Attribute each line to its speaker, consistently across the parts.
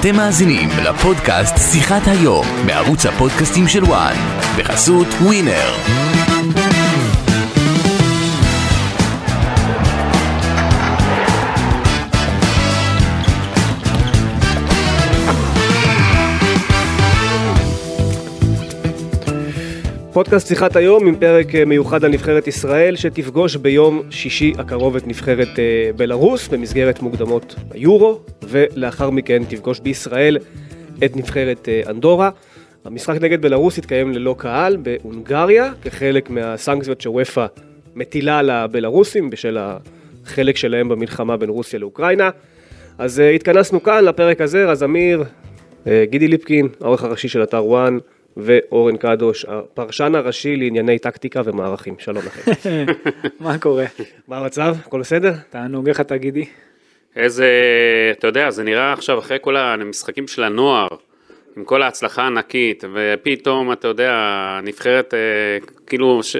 Speaker 1: אתם מאזינים לפודקאסט שיחת היום בערוץ הפודקאסטים של וואן בחסות ווינר.
Speaker 2: פודקאסט שיחת היום עם פרק אה, מיוחד על נבחרת ישראל שתפגוש ביום שישי הקרוב את נבחרת אה, בלארוס במסגרת מוקדמות היורו ולאחר מכן תפגוש בישראל את נבחרת אה, אנדורה. המשחק נגד בלארוס יתקיים ללא קהל בהונגריה כחלק מהסנקציות שוופא מטילה על הבלארוסים בשל החלק שלהם במלחמה בין רוסיה לאוקראינה. אז אה, התכנסנו כאן לפרק הזה, רז אמיר, אה, גידי ליפקין, העורך הראשי של אתר וואן, ואורן קדוש, הפרשן הראשי לענייני טקטיקה ומערכים. שלום לכם.
Speaker 3: מה קורה?
Speaker 2: מה המצב? הכל בסדר?
Speaker 3: תענוג איך אתה גידי?
Speaker 4: איזה, אתה יודע, זה נראה עכשיו אחרי כל המשחקים של הנוער, עם כל ההצלחה הענקית, ופתאום, אתה יודע, הנבחרת, אה, כאילו, ש...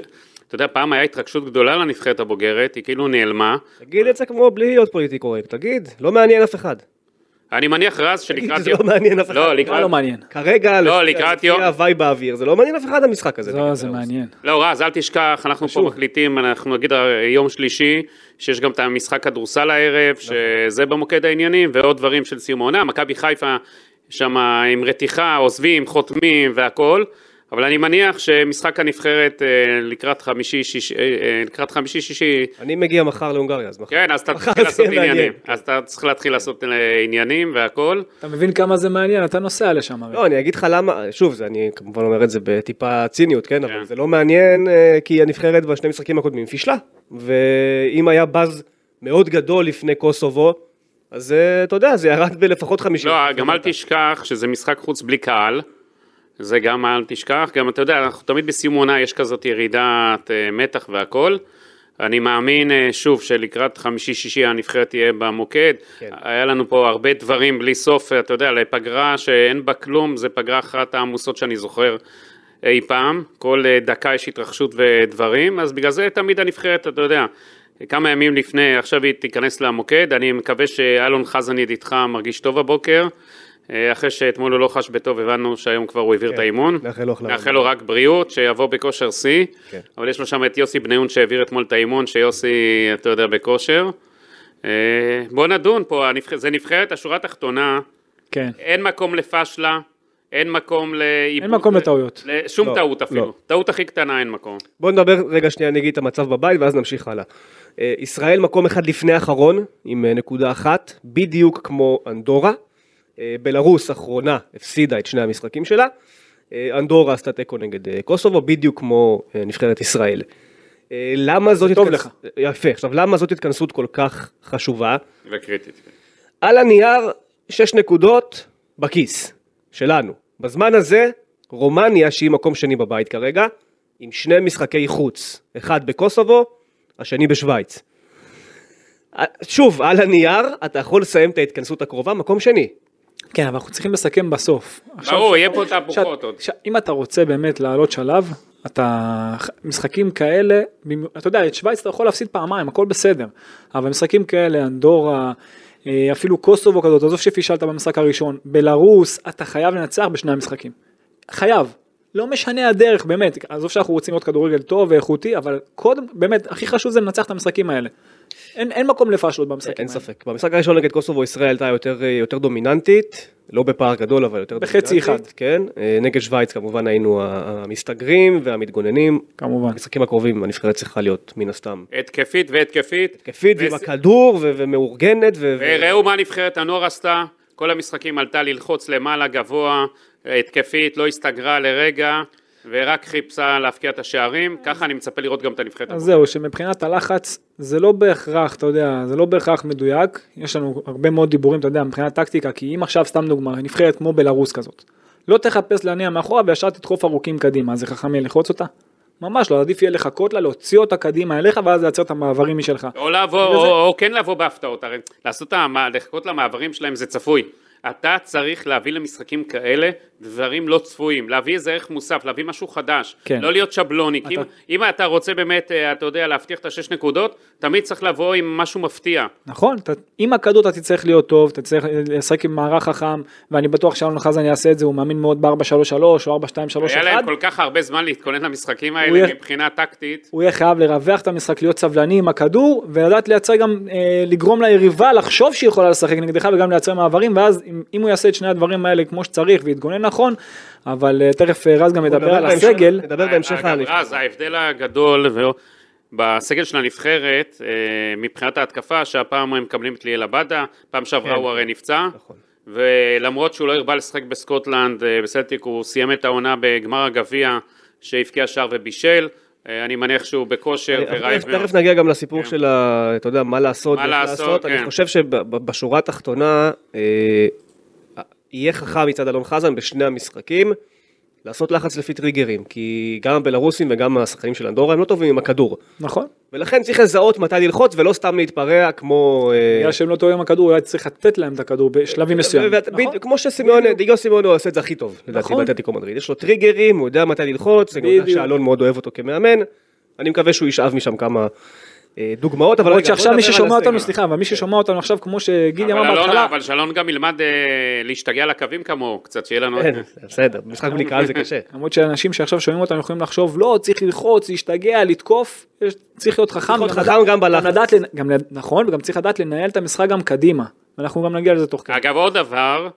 Speaker 4: אתה יודע, פעם היה התרגשות גדולה לנבחרת הבוגרת, היא כאילו נעלמה.
Speaker 2: תגיד את זה כמו בלי להיות פוליטי קורקט, תגיד, לא מעניין אף אחד.
Speaker 4: אני מניח רז שלקראת...
Speaker 2: זה לא מעניין אף אחד.
Speaker 4: לא,
Speaker 3: מה
Speaker 4: לקראת...
Speaker 3: לא מעניין?
Speaker 2: כרגע,
Speaker 4: לא,
Speaker 2: לפי-
Speaker 4: לקראת
Speaker 2: לפי
Speaker 4: יום-
Speaker 2: ההוואי באוויר, זה לא מעניין אף אחד המשחק הזה.
Speaker 3: זו, זה מעניין.
Speaker 4: לא, רז, אל תשכח, אנחנו פה מקליטים, אנחנו נגיד אה, יום שלישי, שיש גם את המשחק כדורסל הערב,
Speaker 2: נכון.
Speaker 4: שזה במוקד העניינים, ועוד דברים של סיום העונה, מכבי חיפה שם עם רתיחה, עוזבים, חותמים והכול, אבל אני מניח שמשחק הנבחרת אה, לקראת חמישי-שישי, אה, לקראת חמישי-שישי,
Speaker 2: אני מגיע מחר להונגריה, אז מחר.
Speaker 4: כן, אז אתה
Speaker 2: מחר זה
Speaker 4: תתחיל לעשות
Speaker 2: יהיה מעניין.
Speaker 4: עניינים, אז אתה צריך להתחיל לעשות אה, עניינים והכול,
Speaker 3: אתה מבין כמה זה מעניין? אתה נוסע לשם הרי.
Speaker 2: לא, אני אגיד לך למה, שוב, זה, אני כמובן אומר את זה בטיפה ציניות, כן, אבל
Speaker 4: כן.
Speaker 2: זה לא מעניין, אה, כי הנבחרת בשני המשחקים הקודמים פישלה, ואם היה באז מאוד גדול לפני קוסובו, אז אה, אתה יודע, זה ירד בלפחות 50.
Speaker 4: לא, גם אל תשכח שזה משחק חוץ בלי קהל. זה גם אל תשכח, גם אתה יודע, אנחנו תמיד בסיום עונה יש כזאת ירידת אה, מתח והכל. אני מאמין, אה, שוב, שלקראת חמישי-שישי הנבחרת תהיה במוקד.
Speaker 2: כן.
Speaker 4: כן. היה לנו פה הרבה דברים בלי סוף, אה, אתה יודע, לפגרה שאין בה כלום, זה פגרה אחת העמוסות שאני זוכר אי פעם. כל אה, דקה יש התרחשות ודברים, אז בגלל זה תמיד הנבחרת, אתה יודע, כמה ימים לפני, עכשיו היא תיכנס למוקד. אני מקווה שאלון חזן ידידך מרגיש טוב הבוקר. אה, אחרי שאתמול הוא לא חש בטוב, הבנו שהיום כבר הוא העביר את האימון.
Speaker 2: כן. נאחל לו החלמה.
Speaker 4: נאחל לו רק בריאות, שיבוא בכושר שיא.
Speaker 2: כן.
Speaker 4: אבל יש לו שם את יוסי בניון שהעביר אתמול את האימון, שיוסי, אתה יודע, בכושר. אה, בוא נדון פה, הנבח- זה נבחרת השורה התחתונה,
Speaker 3: כן.
Speaker 4: אין מקום לפשלה, אין מקום לאיבוד.
Speaker 3: אין מקום לטעויות.
Speaker 4: שום
Speaker 2: לא,
Speaker 4: טעות
Speaker 2: לא.
Speaker 4: אפילו. טעות הכי קטנה אין מקום.
Speaker 2: בואו נדבר רגע שנייה נגיד את המצב בבית ואז נמשיך הלאה. אה, ישראל מקום אחד לפני האחרון עם אה, נקודה אחת, בדיוק כמו אנדורה. אה, בלרוס אחרונה הפסידה את שני המשחקים שלה. אה, אנדורה עשתה תיקו נגד אה, קוסובו, בדיוק כמו אה, נבחרת ישראל. אה, למה זאת...
Speaker 3: טוב
Speaker 2: התכנס-
Speaker 3: לך.
Speaker 2: יפה, עכשיו למה זאת התכנסות כל כך חשובה?
Speaker 4: וקריטית.
Speaker 2: על הנייר, שש נקודות בכיס, שלנו. בזמן הזה, רומניה, שהיא מקום שני בבית כרגע, עם שני משחקי חוץ, אחד בקוסובו, השני בשוויץ. אה, שוב, על הנייר, אתה יכול לסיים את ההתכנסות הקרובה, מקום שני.
Speaker 3: כן, אבל אנחנו צריכים לסכם בסוף. עכשיו,
Speaker 4: ברור, יהיה פה
Speaker 3: שאת-
Speaker 4: תהפוכות עוד.
Speaker 3: ש- אם אתה רוצה באמת לעלות שלב, אתה... משחקים כאלה, במ- אתה יודע, את שווייץ אתה יכול להפסיד פעמיים, הכל בסדר. אבל משחקים כאלה, אנדורה, אה, אפילו קוסובו כזאת, עזוב שפישלת במשחק הראשון, בלרוס, אתה חייב לנצח בשני המשחקים. חייב. לא משנה הדרך, באמת. עזוב שאנחנו רוצים להיות כדורגל טוב ואיכותי, אבל קודם, באמת, הכי חשוב זה לנצח את המשחקים האלה. אין, אין מקום לפאשלות במשחקים
Speaker 2: אין
Speaker 3: האלה.
Speaker 2: ספק. במשחק הראשון נגד קוסובו, ישראל הייתה יותר, אה, יותר דומיננטית, לא בפער גדול, אבל יותר
Speaker 3: בחצי
Speaker 2: דומיננטית.
Speaker 3: אחד.
Speaker 2: כן. אה, נגד שוויץ כמובן היינו ה- המסתגרים והמתגוננים.
Speaker 3: כמובן.
Speaker 2: במשחקים הקרובים הנבחרת צריכה להיות מן הסתם
Speaker 4: התקפית והתקפית.
Speaker 2: התקפית ועם
Speaker 4: וס-
Speaker 2: הכדור ו- ומאורגנת ו... ו-
Speaker 4: וראו מה נבחרת הנוער עשתה, כל המשחקים עלתה ללחוץ למעלה גבוה, התקפית, לא הסתגרה לרגע, ורק חיפשה להפקיע את השערים, ככה אני מצפה לראות גם את הנבחרת.
Speaker 3: אז
Speaker 4: הבוגרת.
Speaker 3: זהו, שמבחינת הלחץ, זה לא בהכרח, אתה יודע, זה לא בהכרח מדויק. יש לנו הרבה מאוד דיבורים, אתה יודע, מבחינת טקטיקה, כי אם עכשיו, סתם דוגמה, נבחרת כמו בלרוס כזאת, לא תחפש להניע מאחורה וישר תדחוף ארוכים קדימה, אז זה חכם יהיה לחוץ אותה? ממש לא, עדיף יהיה לחכות לה, להוציא אותה קדימה אליך, ואז לייצר את המעברים משלך.
Speaker 4: או לעבור,
Speaker 3: בגלל זה-
Speaker 4: או, או כן לבוא בהפתעות, הרי לעשות, את המ- לחכות למעברים שלהם זה צפוי. אתה צריך להביא למשחקים כאלה דברים לא צפויים, להביא איזה ערך מוסף, להביא משהו חדש,
Speaker 3: כן.
Speaker 4: כן. לא להיות שבלוני,
Speaker 3: אתה-
Speaker 4: כי אם, אם אתה רוצה באמת, אה, אתה יודע, להבטיח את השש נקודות, תמיד צריך לבוא עם משהו מפתיע.
Speaker 3: נכון, אתה, עם הכדור אתה תצטרך להיות טוב, אתה תצטרך לשחק עם מערך חכם, ואני בטוח שאלון חזן יעשה את זה, הוא מאמין מאוד ב-4-3-3 או 4-2-3-1.
Speaker 4: היה להם כל כך הרבה זמן להתכונן למשחקים
Speaker 3: הוא
Speaker 4: האלה
Speaker 3: יהיה-
Speaker 4: מבחינה טקטית.
Speaker 3: הוא יהיה חייב לרווח את המשחק, להיות סבלני עם הכדור, ולדעת לייצר גם, אה, לגרום ליריבה לחשוב שהיא יכולה לשחק נגדך וגם לייצר מעברים, ואז אם, אם הוא יעשה את שני הדברים האלה כמו שצריך ויתגונן נכון, אבל אה, תכף אה, רז גם ידבר על
Speaker 2: בהמשך-
Speaker 3: הסגל,
Speaker 2: נדבר בהמשך על
Speaker 4: אגב, אה, רז, ההבדל הגדול ו- בסגל של הנבחרת, אה, מבחינת ההתקפה, שהפעם הם מקבלים את ליאל עבדה, פעם שעברה הוא הרי נפצע. ולמרות שהוא לא הרבה לשחק בסקוטלנד, אה, בסלטיק הוא סיים את העונה בגמר הגביע שהבקיע שער ובישל, אה, אני מניח שהוא בכושר
Speaker 2: אה, תכף-
Speaker 4: ורעב מאוד.
Speaker 2: תכף נגיע גם לסיפור
Speaker 4: כן.
Speaker 2: של ה... אתה יודע, מה לעשות,
Speaker 4: מה
Speaker 2: ואיך
Speaker 4: לעשות,
Speaker 2: אני
Speaker 4: כן.
Speaker 2: חושב שבשורה התחתונה, אה, יהיה חכם מצד אלון חזן בשני המשחקים, לעשות לחץ לפי טריגרים, כי גם הבלרוסים וגם השחקנים של אנדורה הם לא טובים עם הכדור.
Speaker 3: נכון?
Speaker 2: ולכן צריך לזהות מתי ללחוץ ולא סתם להתפרע כמו... אה,
Speaker 3: בגלל שהם לא טועים עם הכדור, אולי צריך לתת להם את הכדור בשלבים מסוימים,
Speaker 2: ואת-
Speaker 3: נכון?
Speaker 2: לא בדיוק, כמו שסימיון, דיגו סימיון הוא עושה את זה הכי טוב, לדעתי,
Speaker 3: נכון.
Speaker 2: באתלטיקו מדריד. יש לו טריגרים, הוא יודע מתי ללחוץ, אני יודע
Speaker 3: בדיוק.
Speaker 2: שאלון מאוד אוהב אותו כמאמן, אני מקווה שהוא ישאב משם כמה אה, דוגמאות, אבל
Speaker 3: למרות
Speaker 2: רגע, בוא
Speaker 3: שעכשיו מי
Speaker 2: נדבר על
Speaker 3: ששומע
Speaker 2: הסגל. אה.
Speaker 3: אותנו, סליחה, אבל מי ששומע אותנו עכשיו, כמו שגיל
Speaker 4: אבל
Speaker 3: אמר
Speaker 4: אלון-
Speaker 3: בהתחלה,
Speaker 4: אבל שלון גם ילמד אה, להשתגע לקווים כמוהו, קצת שיהיה לנו...
Speaker 2: כן, בסדר, משחק בלי קהל זה קשה.
Speaker 3: למרות שאנשים שעכשיו שומעים אותנו יכולים לחשוב לא צריך ללחוץ להשתגע לתקוף יש- צריך להיות חכם
Speaker 2: צריך להיות
Speaker 3: גם
Speaker 2: חכם
Speaker 3: לדעת-
Speaker 2: גם בלחץ.
Speaker 3: לדעת לנ- גם לד- נכון וגם צריך לדעת לנהל את המשחק גם קדימה אנחנו גם נגיע לזה תוך
Speaker 2: כן.
Speaker 3: כדי
Speaker 4: אגב, עוד דבר,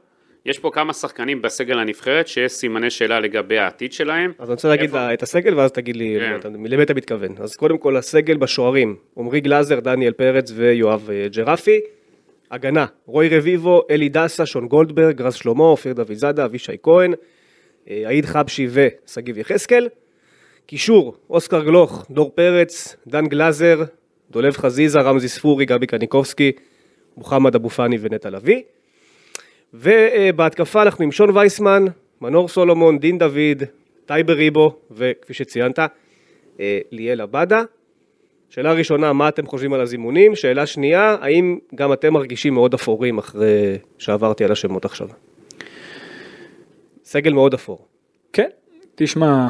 Speaker 4: יש פה כמה שחקנים בסגל הנבחרת שיש סימני שאלה לגבי העתיד שלהם.
Speaker 2: אז אני רוצה להגיד לה- את הסגל ואז תגיד לי
Speaker 4: כן.
Speaker 2: מה אתה- למי אתה מתכוון. אז קודם כל הסגל בשוערים, עמרי גלאזר, דניאל פרץ ויואב אה, ג'רפי. הגנה, רוי רביבו, אלי דסה, שון גולדברג, רז שלמה, אופיר דויזאדה, אבישי כהן, אה, עיד חבשי ושגיב יחזקאל. קישור, אוסקר גלוך, דור פרץ, דן גלאזר, דולב חזיזה, רמזי ספורי, גבי קניקובסקי, מוחמד אבו פאני ונטע לביא. ובהתקפה אנחנו עם שון וייסמן, מנור סולומון, דין דוד, טייבר ריבו, וכפי שציינת, אה, ליאל עבדה. שאלה ראשונה, מה אתם חושבים על הזימונים? שאלה שנייה, האם גם אתם מרגישים מאוד אפורים אחרי שעברתי על השמות עכשיו? סגל מאוד אפור.
Speaker 3: כן תשמע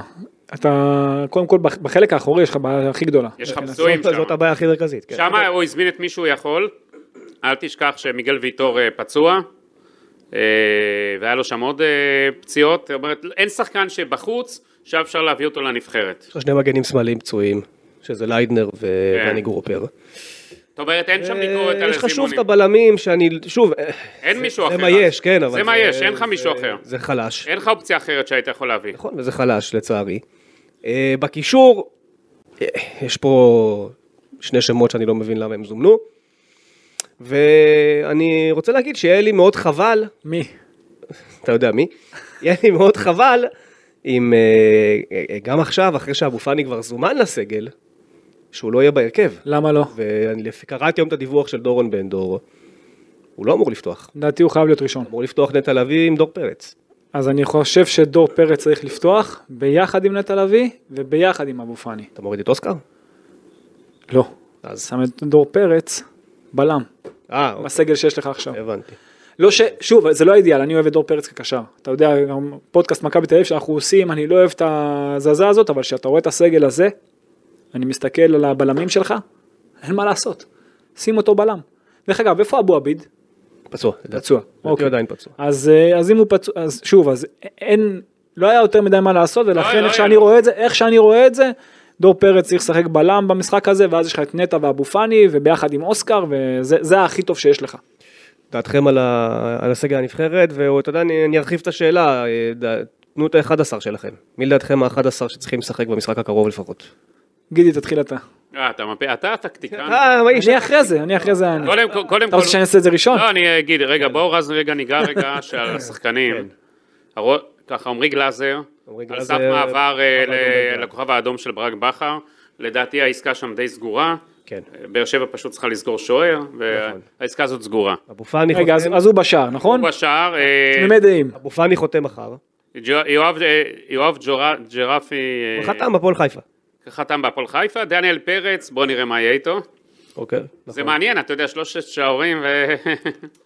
Speaker 3: אתה קודם כל בח- בחלק האחורי יש לך בעיה הכי גדולה
Speaker 4: יש לך פצועים
Speaker 2: זאת,
Speaker 4: שם.
Speaker 2: זאת הבעיה הכי מרכזית. כן.
Speaker 4: שם הוא הזמין את מי שהוא יכול. אל תשכח שמיגל ויטור אה, פצוע, אה, והיה לו שם עוד אה, פציעות. זאת אומרת, אין שחקן שבחוץ, שהיה אפשר להביא אותו לנבחרת.
Speaker 2: יש לך שני מגנים שמאליים פצועים, שזה ליידנר ו-
Speaker 4: כן.
Speaker 2: ואני גרופר.
Speaker 4: זאת אומרת, אין שם ביקורת
Speaker 2: אה,
Speaker 4: על
Speaker 2: יש לך שוב את
Speaker 4: הזימונים.
Speaker 2: הבלמים שאני, שוב, אה,
Speaker 4: אין מישהו אחר.
Speaker 2: זה מה יש, כן, אבל...
Speaker 4: זה מה יש, אין לך מישהו
Speaker 2: זה-
Speaker 4: אחר.
Speaker 2: זה חלש.
Speaker 4: אין לך אופציה אחרת שהיית יכול להביא.
Speaker 2: נכון, וזה חלש לצערי. אה, בקישור, אה, יש פה שני שמות שאני לא מבין למה הם זומנו. ואני רוצה להגיד שיהיה לי מאוד חבל,
Speaker 3: מי
Speaker 2: אתה יודע מי, יהיה לי מאוד חבל אם אה, אה, גם עכשיו, אחרי שאבו פאני כבר זומן לסגל, שהוא לא יהיה בהרכב.
Speaker 3: למה לא
Speaker 2: ואני לפי- קראתי היום את הדיווח של דורון בן דור, הוא לא אמור לפתוח.
Speaker 3: לדעתי הוא חייב להיות ראשון
Speaker 2: אמור לפתוח נטע לביא עם דור פרץ.
Speaker 3: אז אני חושב שדור פרץ צריך לפתוח ביחד עם נטע לביא וביחד עם אבו פאני
Speaker 2: אתה מוריד את אוסקר?
Speaker 3: לא
Speaker 2: אז...
Speaker 3: שם את דור פרץ בלם
Speaker 2: אה, אוקיי,
Speaker 3: בסגל שיש לך עכשיו.
Speaker 2: הבנתי.
Speaker 3: לא ש... שוב, זה לא האידיאל, אני אוהב את דור פרץ כקשר. אתה יודע, גם פודקאסט מכבי תל אביב שאנחנו עושים, אני לא אוהב את הזזה הזאת, אבל כשאתה רואה את הסגל הזה, אני מסתכל על הבלמים שלך, אין מה לעשות. שים אותו בלם. דרך אגב, איפה אבו עביד?
Speaker 2: פצוע. לדעתי.
Speaker 3: פצוע.
Speaker 2: לדעתי
Speaker 3: אוקיי.
Speaker 2: עדיין פצוע.
Speaker 3: אז, אה, אז אם הוא פצוע, אז שוב, אז אין, לא היה יותר מדי מה לעשות, ולכן
Speaker 4: לא
Speaker 3: איך
Speaker 4: היה.
Speaker 3: שאני רואה את זה, איך שאני רואה את זה, דור פרץ צריך לשחק בלם במשחק הזה, ואז יש לך את נטע ואבו פאני, וביחד עם אוסקר, וזה זה הכי טוב שיש לך.
Speaker 2: דעתכם על, ה... על הסגל הנבחרת, ואתה יודע, אני, אני ארחיב את השאלה, אה, ד... תנו את ה-11 שלכם. מי לדעתכם ה-11 שצריכים לשחק במשחק הקרוב לפחות?
Speaker 3: גידי, תתחיל אתה.
Speaker 4: אה, אתה מפה, אתה הטקטיקן.
Speaker 2: אה, מה יש?
Speaker 3: אני אחרי זה, אני אחרי זה אני.
Speaker 4: קודם כל, קודם
Speaker 3: אתה
Speaker 4: כל,
Speaker 3: רוצה שאני אעשה את זה ראשון?
Speaker 2: נכון.
Speaker 4: לא, אני אגיד, רגע,
Speaker 2: כן.
Speaker 4: בואו רז רגע ניגע רגע שעל השחקנים. הרו- ככה, עמרי גלאזר,
Speaker 2: עמרי
Speaker 4: על
Speaker 2: גלאזר,
Speaker 4: סף מעבר אה,
Speaker 2: כוכב
Speaker 4: ל-
Speaker 2: אדום, כן.
Speaker 4: לכוכב האדום של ברק בכר, לדעתי העסקה שם די סגורה.
Speaker 2: כן.
Speaker 4: אה, באר שבע פשוט צריכה לסגור שוער,
Speaker 2: נכון.
Speaker 4: והעסקה הזאת סגורה.
Speaker 2: אבו פאני
Speaker 3: רגע, אז-
Speaker 2: חותם,
Speaker 3: אז הוא בשער, נכון?
Speaker 4: בשער, אה,
Speaker 3: תמימי דעים.
Speaker 2: אבו פאני חותם מחר.
Speaker 4: ג'ו- יואב, אה, יואב ג'ורה- ג'רפי אה,
Speaker 2: הוא חתם בפועל חיפה.
Speaker 4: חתם בהפועל חיפה, דניאל פרץ, בואו נראה מה יהיה איתו.
Speaker 2: אוקיי.
Speaker 4: זה
Speaker 2: נכון.
Speaker 4: מעניין, אתה יודע, שלושת שעורים ו...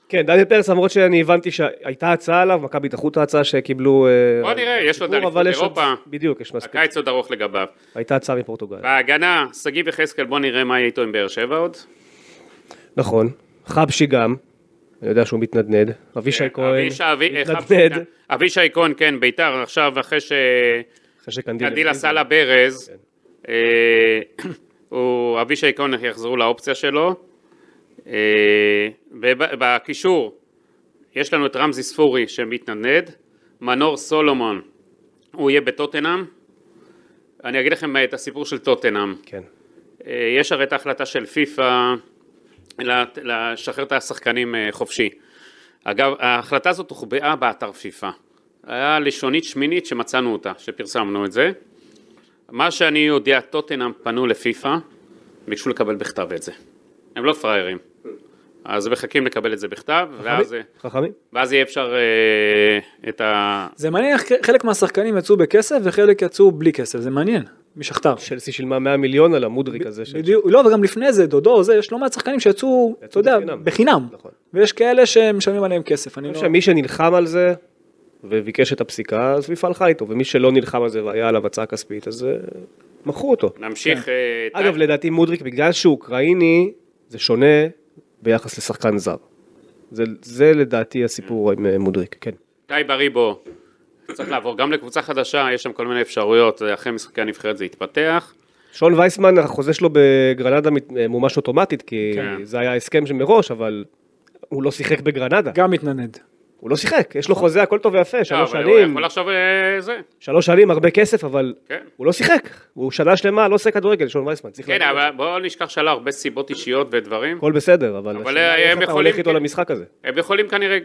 Speaker 2: כן, דניאל פרץ, למרות שאני הבנתי שהייתה הצעה עליו, מכבי דחו את ההצעה שקיבלו... אה,
Speaker 4: בוא נראה, יש עוד
Speaker 2: שחרור,
Speaker 4: אליפות
Speaker 2: אבל יש עוד-
Speaker 4: אירופה.
Speaker 2: בדיוק, יש מספיק.
Speaker 4: הקיץ עוד ארוך לגביו.
Speaker 2: הייתה הצעה מפורטוגל.
Speaker 4: בהגנה, שגיב יחזקאל, בוא נראה מה יהיה איתו עם באר שבע עוד.
Speaker 2: נכון. חבשי גם, אני יודע שהוא מתנדנד. אבישי כהן
Speaker 4: כן, אבישי- אבי- אה,
Speaker 2: מתנדנד.
Speaker 4: חבשי- אבישי כהן, כן, ביתר, עכשיו אחרי שקנדיל
Speaker 2: אחרי שקנדיל...
Speaker 4: עשה
Speaker 2: כן.
Speaker 4: לה ברז, אה, הוא- אבישי כהן יחזרו לאופציה שלו. אה, וב- בקישור, יש לנו את רמזי ספורי שמתנדנד, מנור סולומון, הוא יהיה בטוטנאם. אני אגיד לכם את הסיפור של טוטנאם.
Speaker 2: כן.
Speaker 4: אה, יש הרי את ההחלטה של פיפ"א ל- לשחרר את השחקנים אה, חופשי. אגב, ההחלטה הזאת הוחבאה באתר פיפ"א. היה לשונית שמינית שמצאנו אותה, שפרסמנו את זה. מה שאני יודע, טוטנאם פנו לפיפ"א, ביקשו לקבל בכתב את זה. הם לא פראיירים. אז מחכים לקבל את זה בכתב, ואז,
Speaker 2: חכמים?
Speaker 4: ואז יהיה אפשר אה, את ה...
Speaker 3: זה מעניין איך חלק מהשחקנים יצאו בכסף וחלק יצאו בלי כסף, זה מעניין, משכתר.
Speaker 2: צ'לסי שילמה 100 מיליון על המודריק הזה. של-
Speaker 3: בדיוק, לא, וגם לפני זה, דודו, זה, יש לא מעט שחקנים שיצאו, אתה יודע,
Speaker 2: בחינם.
Speaker 3: בחינם.
Speaker 2: נכון.
Speaker 3: ויש כאלה שמשלמים עליהם כסף, אני
Speaker 2: אני
Speaker 3: לא...
Speaker 2: חושב שמי שנלחם על זה וביקש את הפסיקה, אז מפעל חי איתו, ומי שלא נלחם על זה והיה עליו הצעה כספית, אז אה, מכרו אותו.
Speaker 4: נמשיך... אה, את ה-
Speaker 2: אגב, לדעתי מודריק, בגלל שהוא אוקראיני, זה שונה ביחס לשחקן זר. זה, זה לדעתי הסיפור עם אה, מודריק, כן.
Speaker 4: גיא בריבו צריך לעבור גם לקבוצה חדשה, יש שם כל מיני אפשרויות, אחרי משחקי הנבחרת זה יתפתח.
Speaker 2: שון וייסמן, החוזה שלו בגרנדה מת- מומש אוטומטית, כי
Speaker 4: כן.
Speaker 2: זה היה הסכם שמראש, אבל הוא לא שיחק בגרנדה.
Speaker 3: גם מתנדנד.
Speaker 2: הוא לא שיחק, יש לו חוזה, הכל טוב ויפה, שלוש
Speaker 4: נכון. לא, אבל הוא
Speaker 2: שנים,
Speaker 4: יכול עכשיו אה, זה.
Speaker 2: שלוש שנים, הרבה כסף, אבל
Speaker 4: כן.
Speaker 2: הוא לא שיחק. הוא שנה שלמה, לא עושה כדורגל, שון וייסמן. צריך
Speaker 4: כן,
Speaker 2: להגיד את זה.
Speaker 4: אבל בואו נשכח שלה הרבה סיבות אישיות ודברים.
Speaker 2: הכל בסדר, אבל...
Speaker 4: אבל
Speaker 2: השאלה
Speaker 4: הם
Speaker 2: איך אתה
Speaker 4: יכולים- כן.
Speaker 2: הולך איתו למשחק הזה?
Speaker 4: הם יכולים כנראה,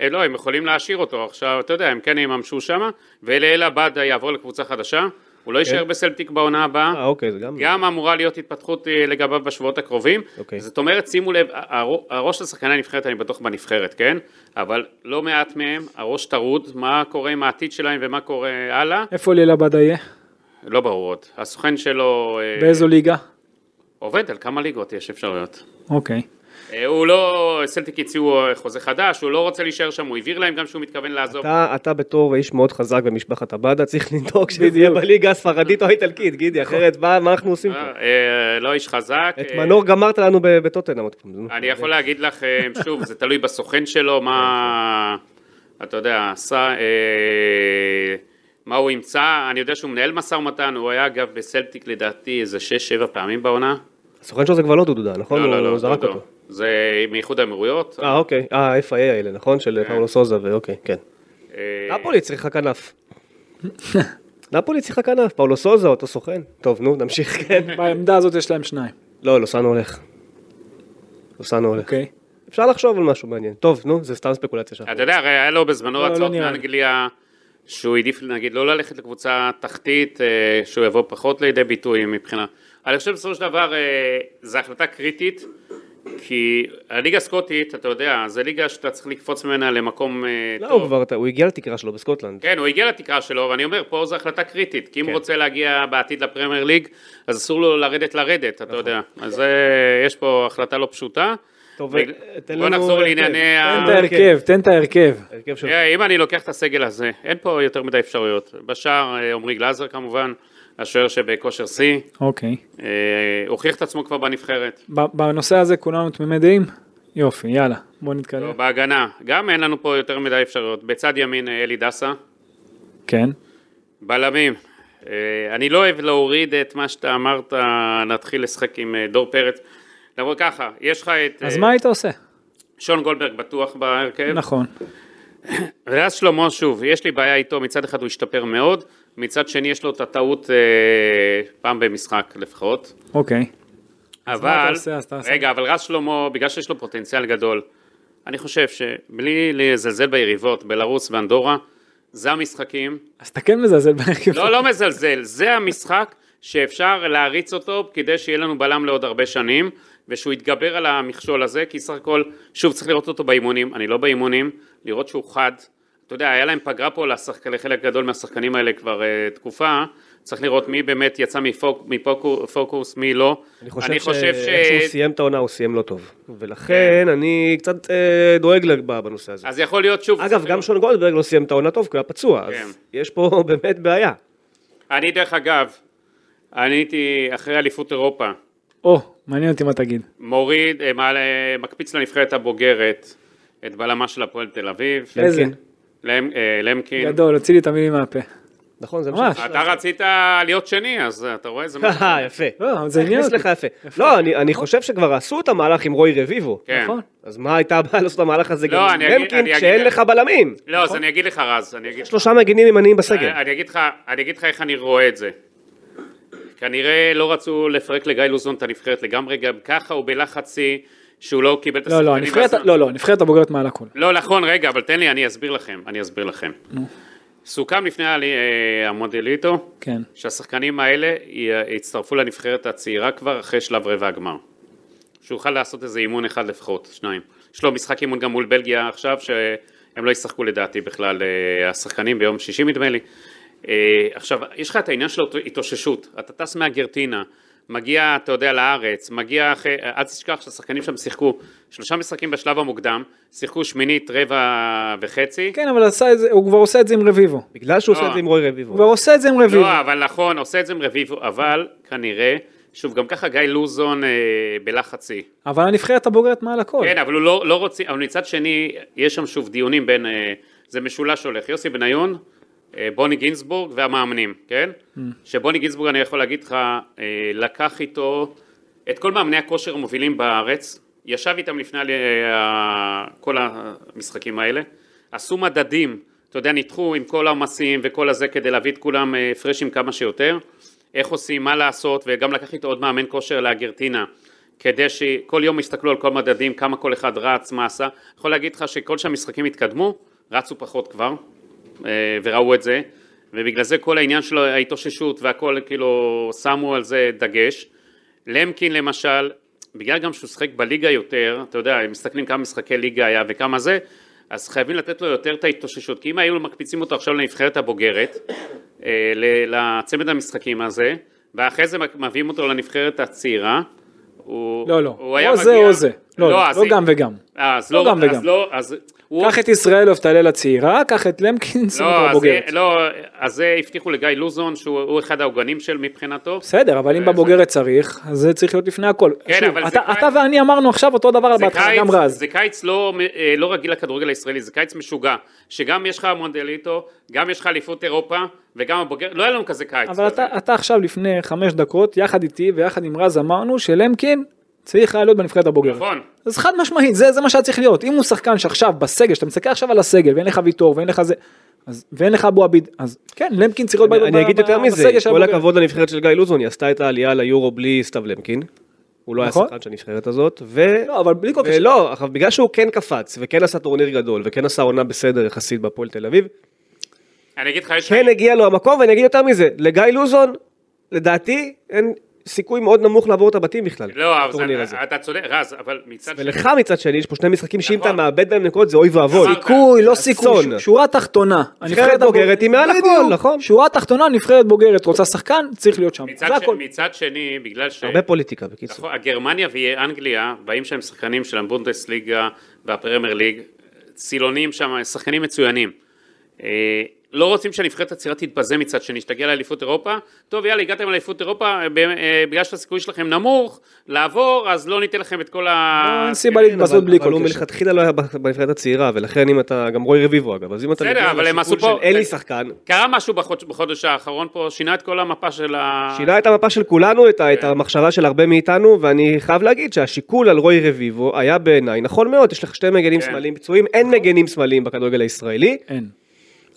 Speaker 4: אה, לא, הם יכולים להשאיר אותו עכשיו, אתה יודע, הם כן יממשו שמה, ולאל עבד יעבור לקבוצה חדשה, הוא לא יישאר בסלטיק בעונה הבאה.
Speaker 2: כן. אה, אוקיי, זה גם...
Speaker 4: גם אמורה להיות התפתחות אה, לגביו בשבועות הקרובים.
Speaker 2: אוקיי.
Speaker 4: זאת אומרת, שימו לב, הר- הראש של שחקני הנבחרת, אני בטוח בנבחרת, כן? אבל לא מעט מהם, הראש טרוד, מה קורה עם העתיד שלהם ומה קורה הלאה,
Speaker 3: איפה ליל עבדה יהיה?
Speaker 4: לא ברור עוד. הסוכן שלו אה,
Speaker 3: באיזו ליגה?
Speaker 4: עובד על כמה ליגות יש אפשרויות.
Speaker 3: אוקיי.
Speaker 4: אה, הוא לא, סלטיק הציעו אה, חוזה חדש, הוא לא רוצה להישאר שם, הוא הבהיר להם גם שהוא מתכוון לעזוב.
Speaker 2: אתה, אתה בתור איש מאוד חזק במשפחת עבדה, צריך לדאוג שזה יהיה בליגה הספרדית או האיטלקית, גידי, אחרת מה מה אנחנו עושים פה?
Speaker 4: נכון. אה, אה, לא איש חזק.
Speaker 2: את
Speaker 4: אה,
Speaker 2: מנור גמרת לנו ב- בטוטנאם עוד פעם. נו.
Speaker 4: אני יכול להגיד לכם, שוב, זה תלוי בסוכן שלו, מה, אתה יודע, עשה, אה, מה הוא ימצא, אני יודע שהוא מנהל משא ומתן, הוא היה אגב בסלטיק לדעתי איזה 6-7 פעמים בעונה.
Speaker 2: הסוכן שלו זה כבר לא דודו דן, נכון? הוא- הוא זרק
Speaker 4: לא, לא.
Speaker 2: אותו.
Speaker 4: זה מאיחוד האמירויות.
Speaker 2: אה, אוקיי. אה, FIA האלה, נכון? של פאולו סוזה, ואוקיי, כן.
Speaker 4: אה,
Speaker 2: נפולי צריכה כנף. נפולי צריכה כנף, פאולו סוזה, אותו סוכן. טוב, נו, נמשיך, כן.
Speaker 3: בעמדה הזאת יש להם שניים,
Speaker 2: לא, לוסאנו הולך. לוסאנו הולך.
Speaker 3: אוקיי.
Speaker 4: אה,
Speaker 2: אפשר לחשוב על משהו מעניין. טוב, נו, זה סתם ספקולציה שלנו.
Speaker 4: אתה יודע, הרי היה לו בזמנו
Speaker 3: לא, לא
Speaker 4: הצעות
Speaker 3: נראה לי.
Speaker 4: מאנגליה, שהוא העדיף נגיד לא ללכת לקבוצה תחתית, אה, שהוא יבוא פחות לידי ביטוי מבחינה. אני חושב בסופו של דבר אה, זו החלטה קריטית, כי הליגה הסקוטית, אתה יודע, זו ליגה שאתה צריך לקפוץ ממנה למקום אה,
Speaker 2: לא,
Speaker 4: טוב.
Speaker 2: הוא כבר, הוא הגיע לתקרה שלו בסקוטלנד.
Speaker 4: כן, הוא הגיע לתקרה שלו, ואני אומר, פה זו החלטה קריטית, כי אם הוא
Speaker 3: כן.
Speaker 4: רוצה להגיע בעתיד לפרמייר ליג, אז אסור לו לרדת לרדת,
Speaker 3: נכון.
Speaker 4: אתה יודע.
Speaker 3: כן.
Speaker 4: אז אה, יש פה החלטה לא פשוטה.
Speaker 2: טוב, אה,
Speaker 4: רגע,
Speaker 2: תן
Speaker 4: בוא
Speaker 2: לנו
Speaker 4: נחזור
Speaker 2: הרכב. כן,
Speaker 4: לענייני
Speaker 2: תן
Speaker 4: ה...
Speaker 3: תן את ההרכב, תן את ההרכב.
Speaker 2: הרכב של...
Speaker 4: תראה, אם אני לוקח את הסגל הזה, אין פה יותר מדי אפשרויות. בשער אה, עמרי גלאזר כמובן, השוער שבכושר שיא,
Speaker 3: אוקיי.
Speaker 4: אה, הוכיח את עצמו כבר בנבחרת.
Speaker 3: ב- בנושא הזה כולנו תמימי דעים? יופי, יאללה, בוא
Speaker 4: לא,
Speaker 3: נתקדם.
Speaker 4: בהגנה, גם אין לנו פה יותר מדי אפשרויות. בצד ימין אה, אלי דסה,
Speaker 3: כן.
Speaker 4: בלמים. אה, אני לא אוהב להוריד את מה שאתה אמרת, נתחיל לשחק עם אה, דור פרץ. למרות ככה, יש לך את
Speaker 3: אז
Speaker 4: אה,
Speaker 3: מה היית עושה?
Speaker 4: שון גולדברג בטוח בהרכב.
Speaker 3: נכון.
Speaker 4: ואז שלמה שוב, יש לי בעיה איתו, מצד אחד הוא השתפר מאוד, מצד שני יש לו את הטעות אה, פעם במשחק לפחות.
Speaker 3: אוקיי. מה אתה
Speaker 4: אבל,
Speaker 3: עושה? אז אתה עושה-
Speaker 4: רגע, אבל רז שלמה, בגלל שיש לו פוטנציאל גדול, אני חושב שבלי לזלזל ביריבות, בלרוס ואנדורה, זה המשחקים,
Speaker 3: אז אתה כן מזלזל בהרכב.
Speaker 4: לא, לא מזלזל, זה המשחק שאפשר להריץ אותו כדי שיהיה לנו בלם לעוד הרבה שנים, ושהוא יתגבר על המכשול הזה, כי סך הכל, שוב, צריך לראות אותו באימונים, אני לא באימונים, לראות שהוא חד. אתה יודע, היה להם פגרה פה לשחק, לחלק גדול מהשחקנים האלה כבר אה, תקופה, צריך לראות מי באמת יצא מפוק- מפוקוס, מי לא.
Speaker 2: אני חושב, אני חושב ש... איך שהוא סיים את העונה הוא סיים לא טוב. ולכן אני קצת אה, דואג לב- בנושא הזה.
Speaker 4: אז יכול להיות שוב.
Speaker 2: אגב, גם שון גולדברג לא סיים את העונה טוב, כי הוא היה פצוע,
Speaker 4: כן.
Speaker 2: אז יש פה באמת בעיה.
Speaker 4: אני דרך אגב, אני הייתי אחרי אליפות אירופה,
Speaker 3: או, מעניין אותי מה תגיד.
Speaker 4: מוריד, אה, מעלה- מקפיץ לנבחרת הבוגרת את בלמה של הפועל תל אביב,
Speaker 3: איזה?
Speaker 4: למ- אה, למקין.
Speaker 3: כן, גדול, הוציא לי את המילים מהפה.
Speaker 2: נכון, זה מה
Speaker 3: ממש.
Speaker 2: ש...
Speaker 4: אתה רצית להיות שני, אז אתה רואה איזה...
Speaker 2: אה, יפה.
Speaker 3: לא, אבל זה עניין
Speaker 2: הכניס לך
Speaker 3: אותי.
Speaker 2: יפה. לא, אני- אני חושב שכבר עשו את המהלך עם רוי רביבו.
Speaker 4: כן.
Speaker 3: נכון.
Speaker 2: אז מה הייתה הבעיה לעשות את המהלך הזה
Speaker 4: לא,
Speaker 2: גם עם
Speaker 4: אני אגיד-
Speaker 2: למקין,
Speaker 4: אני אגיד-
Speaker 2: כשאין לך בלמים?
Speaker 4: לא,
Speaker 3: נכון.
Speaker 4: אז אני אגיד לך, רז, אני אגיד
Speaker 2: שלושה מגינים ימניים בסגל.
Speaker 4: אני אגיד לך, אני אגיד לך איך אני רואה את זה. כנראה לא רצו לפרק לגיא לוזון את הנבחרת לגמרי, גם ככה הוא בלחץ שיא שהוא לא קיבל את
Speaker 3: לא, לא,
Speaker 4: השחקנים
Speaker 3: הנבחרת-
Speaker 4: והזמן.
Speaker 3: לא, לא, נבחרת הבוגרת מעל הכל.
Speaker 4: לא, נכון, רגע, אבל תן לי, אני אסביר לכם, אני אסביר לכם. סוכם לפני העלי- אה, המודליטו,
Speaker 3: כן.
Speaker 4: שהשחקנים האלה י- יצטרפו לנבחרת הצעירה כבר אחרי שלב רבע הגמר. שיוכל לעשות איזה אימון אחד לפחות, שניים. יש לו משחק אימון גם מול בלגיה עכשיו, שהם לא ישחקו לדעתי בכלל, אה, השחקנים ביום שישי נדמה לי. אה, עכשיו, יש לך את העניין של ההתאוששות, אתה טס מהגרטינה, מגיע, אתה יודע, לארץ, מגיע אחרי, אל תשכח שהשחקנים שם שיחקו שלושה משחקים בשלב המוקדם, שיחקו שמינית, רבע וחצי.
Speaker 3: כן, אבל עשה את זה, הוא כבר עושה את זה עם רביבו.
Speaker 2: בגלל שהוא
Speaker 4: לא.
Speaker 2: עושה את זה עם רוי
Speaker 3: הוא כבר
Speaker 2: רביבו.
Speaker 3: עושה את זה עם רביבו.
Speaker 4: לא, אבל נכון, עושה את זה עם רביבו, אבל כנראה, שוב, גם ככה גיא לוזון אה, בלחץ שיא.
Speaker 3: אבל הנבחרת הבוגרת מעל הכל.
Speaker 4: כן, אבל הוא לא, לא רוצה, אבל מצד שני, יש שם שוב דיונים בין, אה, זה משולש הולך, יוסי בניון, אה, בוני גינזבורג והמאמנים, כן? שבוני גינזבורג, אני יכול להגיד לך, אה, לקח איתו את כל מאמני הכושר המובילים בארץ, ישב איתם לפני אה, כל המשחקים האלה, עשו מדדים, אתה יודע, ניתחו עם כל העומסים וכל הזה כדי להביא את כולם אה, פרשים כמה שיותר, איך עושים, מה לעשות, וגם לקח איתו עוד מאמן כושר לארגרטינה. כדי שכל יום יסתכלו על כל מדדים, כמה כל אחד רץ, מה עשה. אני יכול להגיד לך שכל שהמשחקים התקדמו, רצו פחות כבר, אה, וראו את זה, ובגלל זה כל העניין של ההתאוששות והכל, כאילו, שמו על זה דגש. למקין למשל, בגלל גם שהוא שחק בליגה יותר, אתה יודע, אם מסתכלים כמה משחקי ליגה היה וכמה זה, אז חייבים לתת לו יותר את ההתאוששות, כי אם היו מקפיצים אותו עכשיו לנבחרת הבוגרת, אה, ל- לצמד המשחקים הזה, ואחרי זה מביאים אותו לנבחרת הצעירה, הוא,
Speaker 3: לא, לא.
Speaker 4: הוא היה
Speaker 3: או זה
Speaker 4: מגיע-
Speaker 3: או זה. לא, לא,
Speaker 4: אז-
Speaker 3: לא גם וגם.
Speaker 4: אז
Speaker 3: לא
Speaker 4: לא,
Speaker 3: גם
Speaker 4: אז
Speaker 3: וגם.
Speaker 4: לא, אז הוא...
Speaker 3: קח את ישראל תעלה לצעירה, קח את למקינס
Speaker 4: לא, אז,
Speaker 3: הבוגרת.
Speaker 4: לא, אז זה הבטיחו לגיא לוזון, שהוא הוא אחד העוגנים של מבחינתו.
Speaker 3: בסדר, אבל אם בבוגרת צריך, אז זה צריך להיות לפני הכל.
Speaker 4: אה, כן,
Speaker 3: שוב,
Speaker 4: אבל זה
Speaker 3: אתה-
Speaker 4: קיץ.
Speaker 3: אתה ואני אמרנו עכשיו אותו דבר
Speaker 4: זה
Speaker 3: בהתחלה,
Speaker 4: קיץ,
Speaker 3: גם רז.
Speaker 4: זה קיץ לא, אה, לא רגיל לכדורגל הישראלי, זה קיץ משוגע, שגם יש לך מונדליטו, גם יש לך אליפות אירופה, וגם הבוגר, לא היה לנו כזה קיץ.
Speaker 3: אבל
Speaker 4: כזה.
Speaker 3: אתה, אתה עכשיו לפני חמש דקות, יחד איתי ויחד עם רז אמרנו שלמקין צריך היה להיות בנבחרת הבוגרת.
Speaker 4: נכון.
Speaker 3: אז חד משמעית, זה, זה מה שהיה צריך להיות. אם הוא שחקן שעכשיו בסגל, שאתה מסתכל עכשיו על הסגל, ואין לך ויטור, ואין לך זה, אז, ואין לך אבו עביד, אז כן, למקין צריך להיות ב-
Speaker 2: אני
Speaker 3: ב-
Speaker 2: אגיד
Speaker 3: ב-
Speaker 2: יותר מזה,
Speaker 3: בסגל של
Speaker 2: כל
Speaker 3: הבוגרת.
Speaker 2: הכבוד לנבחרת של גיא לוזון, היא עשתה את העלייה ליורו בלי סתיו למקין. הוא לא היה
Speaker 3: נכון.
Speaker 2: שחקן של הנבחרת הזאת, ו...
Speaker 3: לא, אבל בלי כל
Speaker 4: אוקיי,
Speaker 3: קשר.
Speaker 2: ולא, אבל אה, בגלל שהוא כן קפץ, וכן עשה טורניר גדול, וכן עשה עונה בסדר יחסית בהפועל תל אביב,
Speaker 4: אני אגיד לך, יש...
Speaker 2: כן הגיע לו המקום, ואני אגיד יותר מזה, לגיא לוזון, לדעתי, אין סיכוי מאוד נמוך לעבור את הבתים בכלל,
Speaker 4: לא, אבל
Speaker 2: בטורניר הזה.
Speaker 4: זה- אתה צודק, רז, אבל מצד שני...
Speaker 2: ולך מצד שני, יש פה שני משחקים שאם
Speaker 4: נכון.
Speaker 2: אתה מאבד בהם נקודות זה אוי ואבוי.
Speaker 4: אמרת.
Speaker 3: סיכוי, לא סיכוי,
Speaker 2: אסון.
Speaker 3: שורה תחתונה. הנבחרת הבוגרת-
Speaker 2: בוגרת היא מעל הכל,
Speaker 3: בדיוק.
Speaker 2: נכון.
Speaker 3: שורה תחתונה, נבחרת בוגרת, רוצה שחקן, צריך להיות שם.
Speaker 4: מצד,
Speaker 3: זה
Speaker 4: ש...
Speaker 3: הכל.
Speaker 4: מצד שני, בגלל ש...
Speaker 2: הרבה פוליטיקה בקיצור.
Speaker 4: נכון, גרמניה ואנגליה, באים שם שחקנים של הבונדסליגה והפרמייר ליג, צילונים שם, שחקנים מצוינים. אה, לא רוצים שהנבחרת הצעירה תתבזה מצד שני, שתגיע לאליפות אירופה, טוב יאללה הגעתם לאליפות אירופה, אה, ב- אה, בגלל שהסיכוי שלכם נמוך, לעבור, אז לא ניתן לכם את כל ה...
Speaker 3: לא,
Speaker 4: כן.
Speaker 3: אין סיבה להתבזות
Speaker 2: כן, אבל-
Speaker 3: בלי
Speaker 2: אבל
Speaker 3: כל
Speaker 2: הוא
Speaker 3: קשר.
Speaker 2: מלכתחילה לא היה בנבחרת הצעירה, ולכן אם אתה, גם רוי רביבו אגב, אז אם אתה
Speaker 4: בסדר,
Speaker 2: מגיע
Speaker 4: אבל הם
Speaker 2: לשיקול
Speaker 4: עשו פה-
Speaker 2: של אין לי שחקן,
Speaker 4: קרה משהו בחודש, בחודש האחרון פה, שינה את כל המפה של ה...
Speaker 2: שינה את המפה של כולנו, את ה-
Speaker 4: כן.
Speaker 2: את המחשבה של הרבה מאיתנו, ואני חייב להגיד שהשיקול על רוי רביבו היה בעיניי נכון מאוד, יש לך שתי מגנים
Speaker 4: כן.
Speaker 2: שמאליים פצועים, אין מגנים שמאליים בכדורגל הישראלי,
Speaker 3: אין.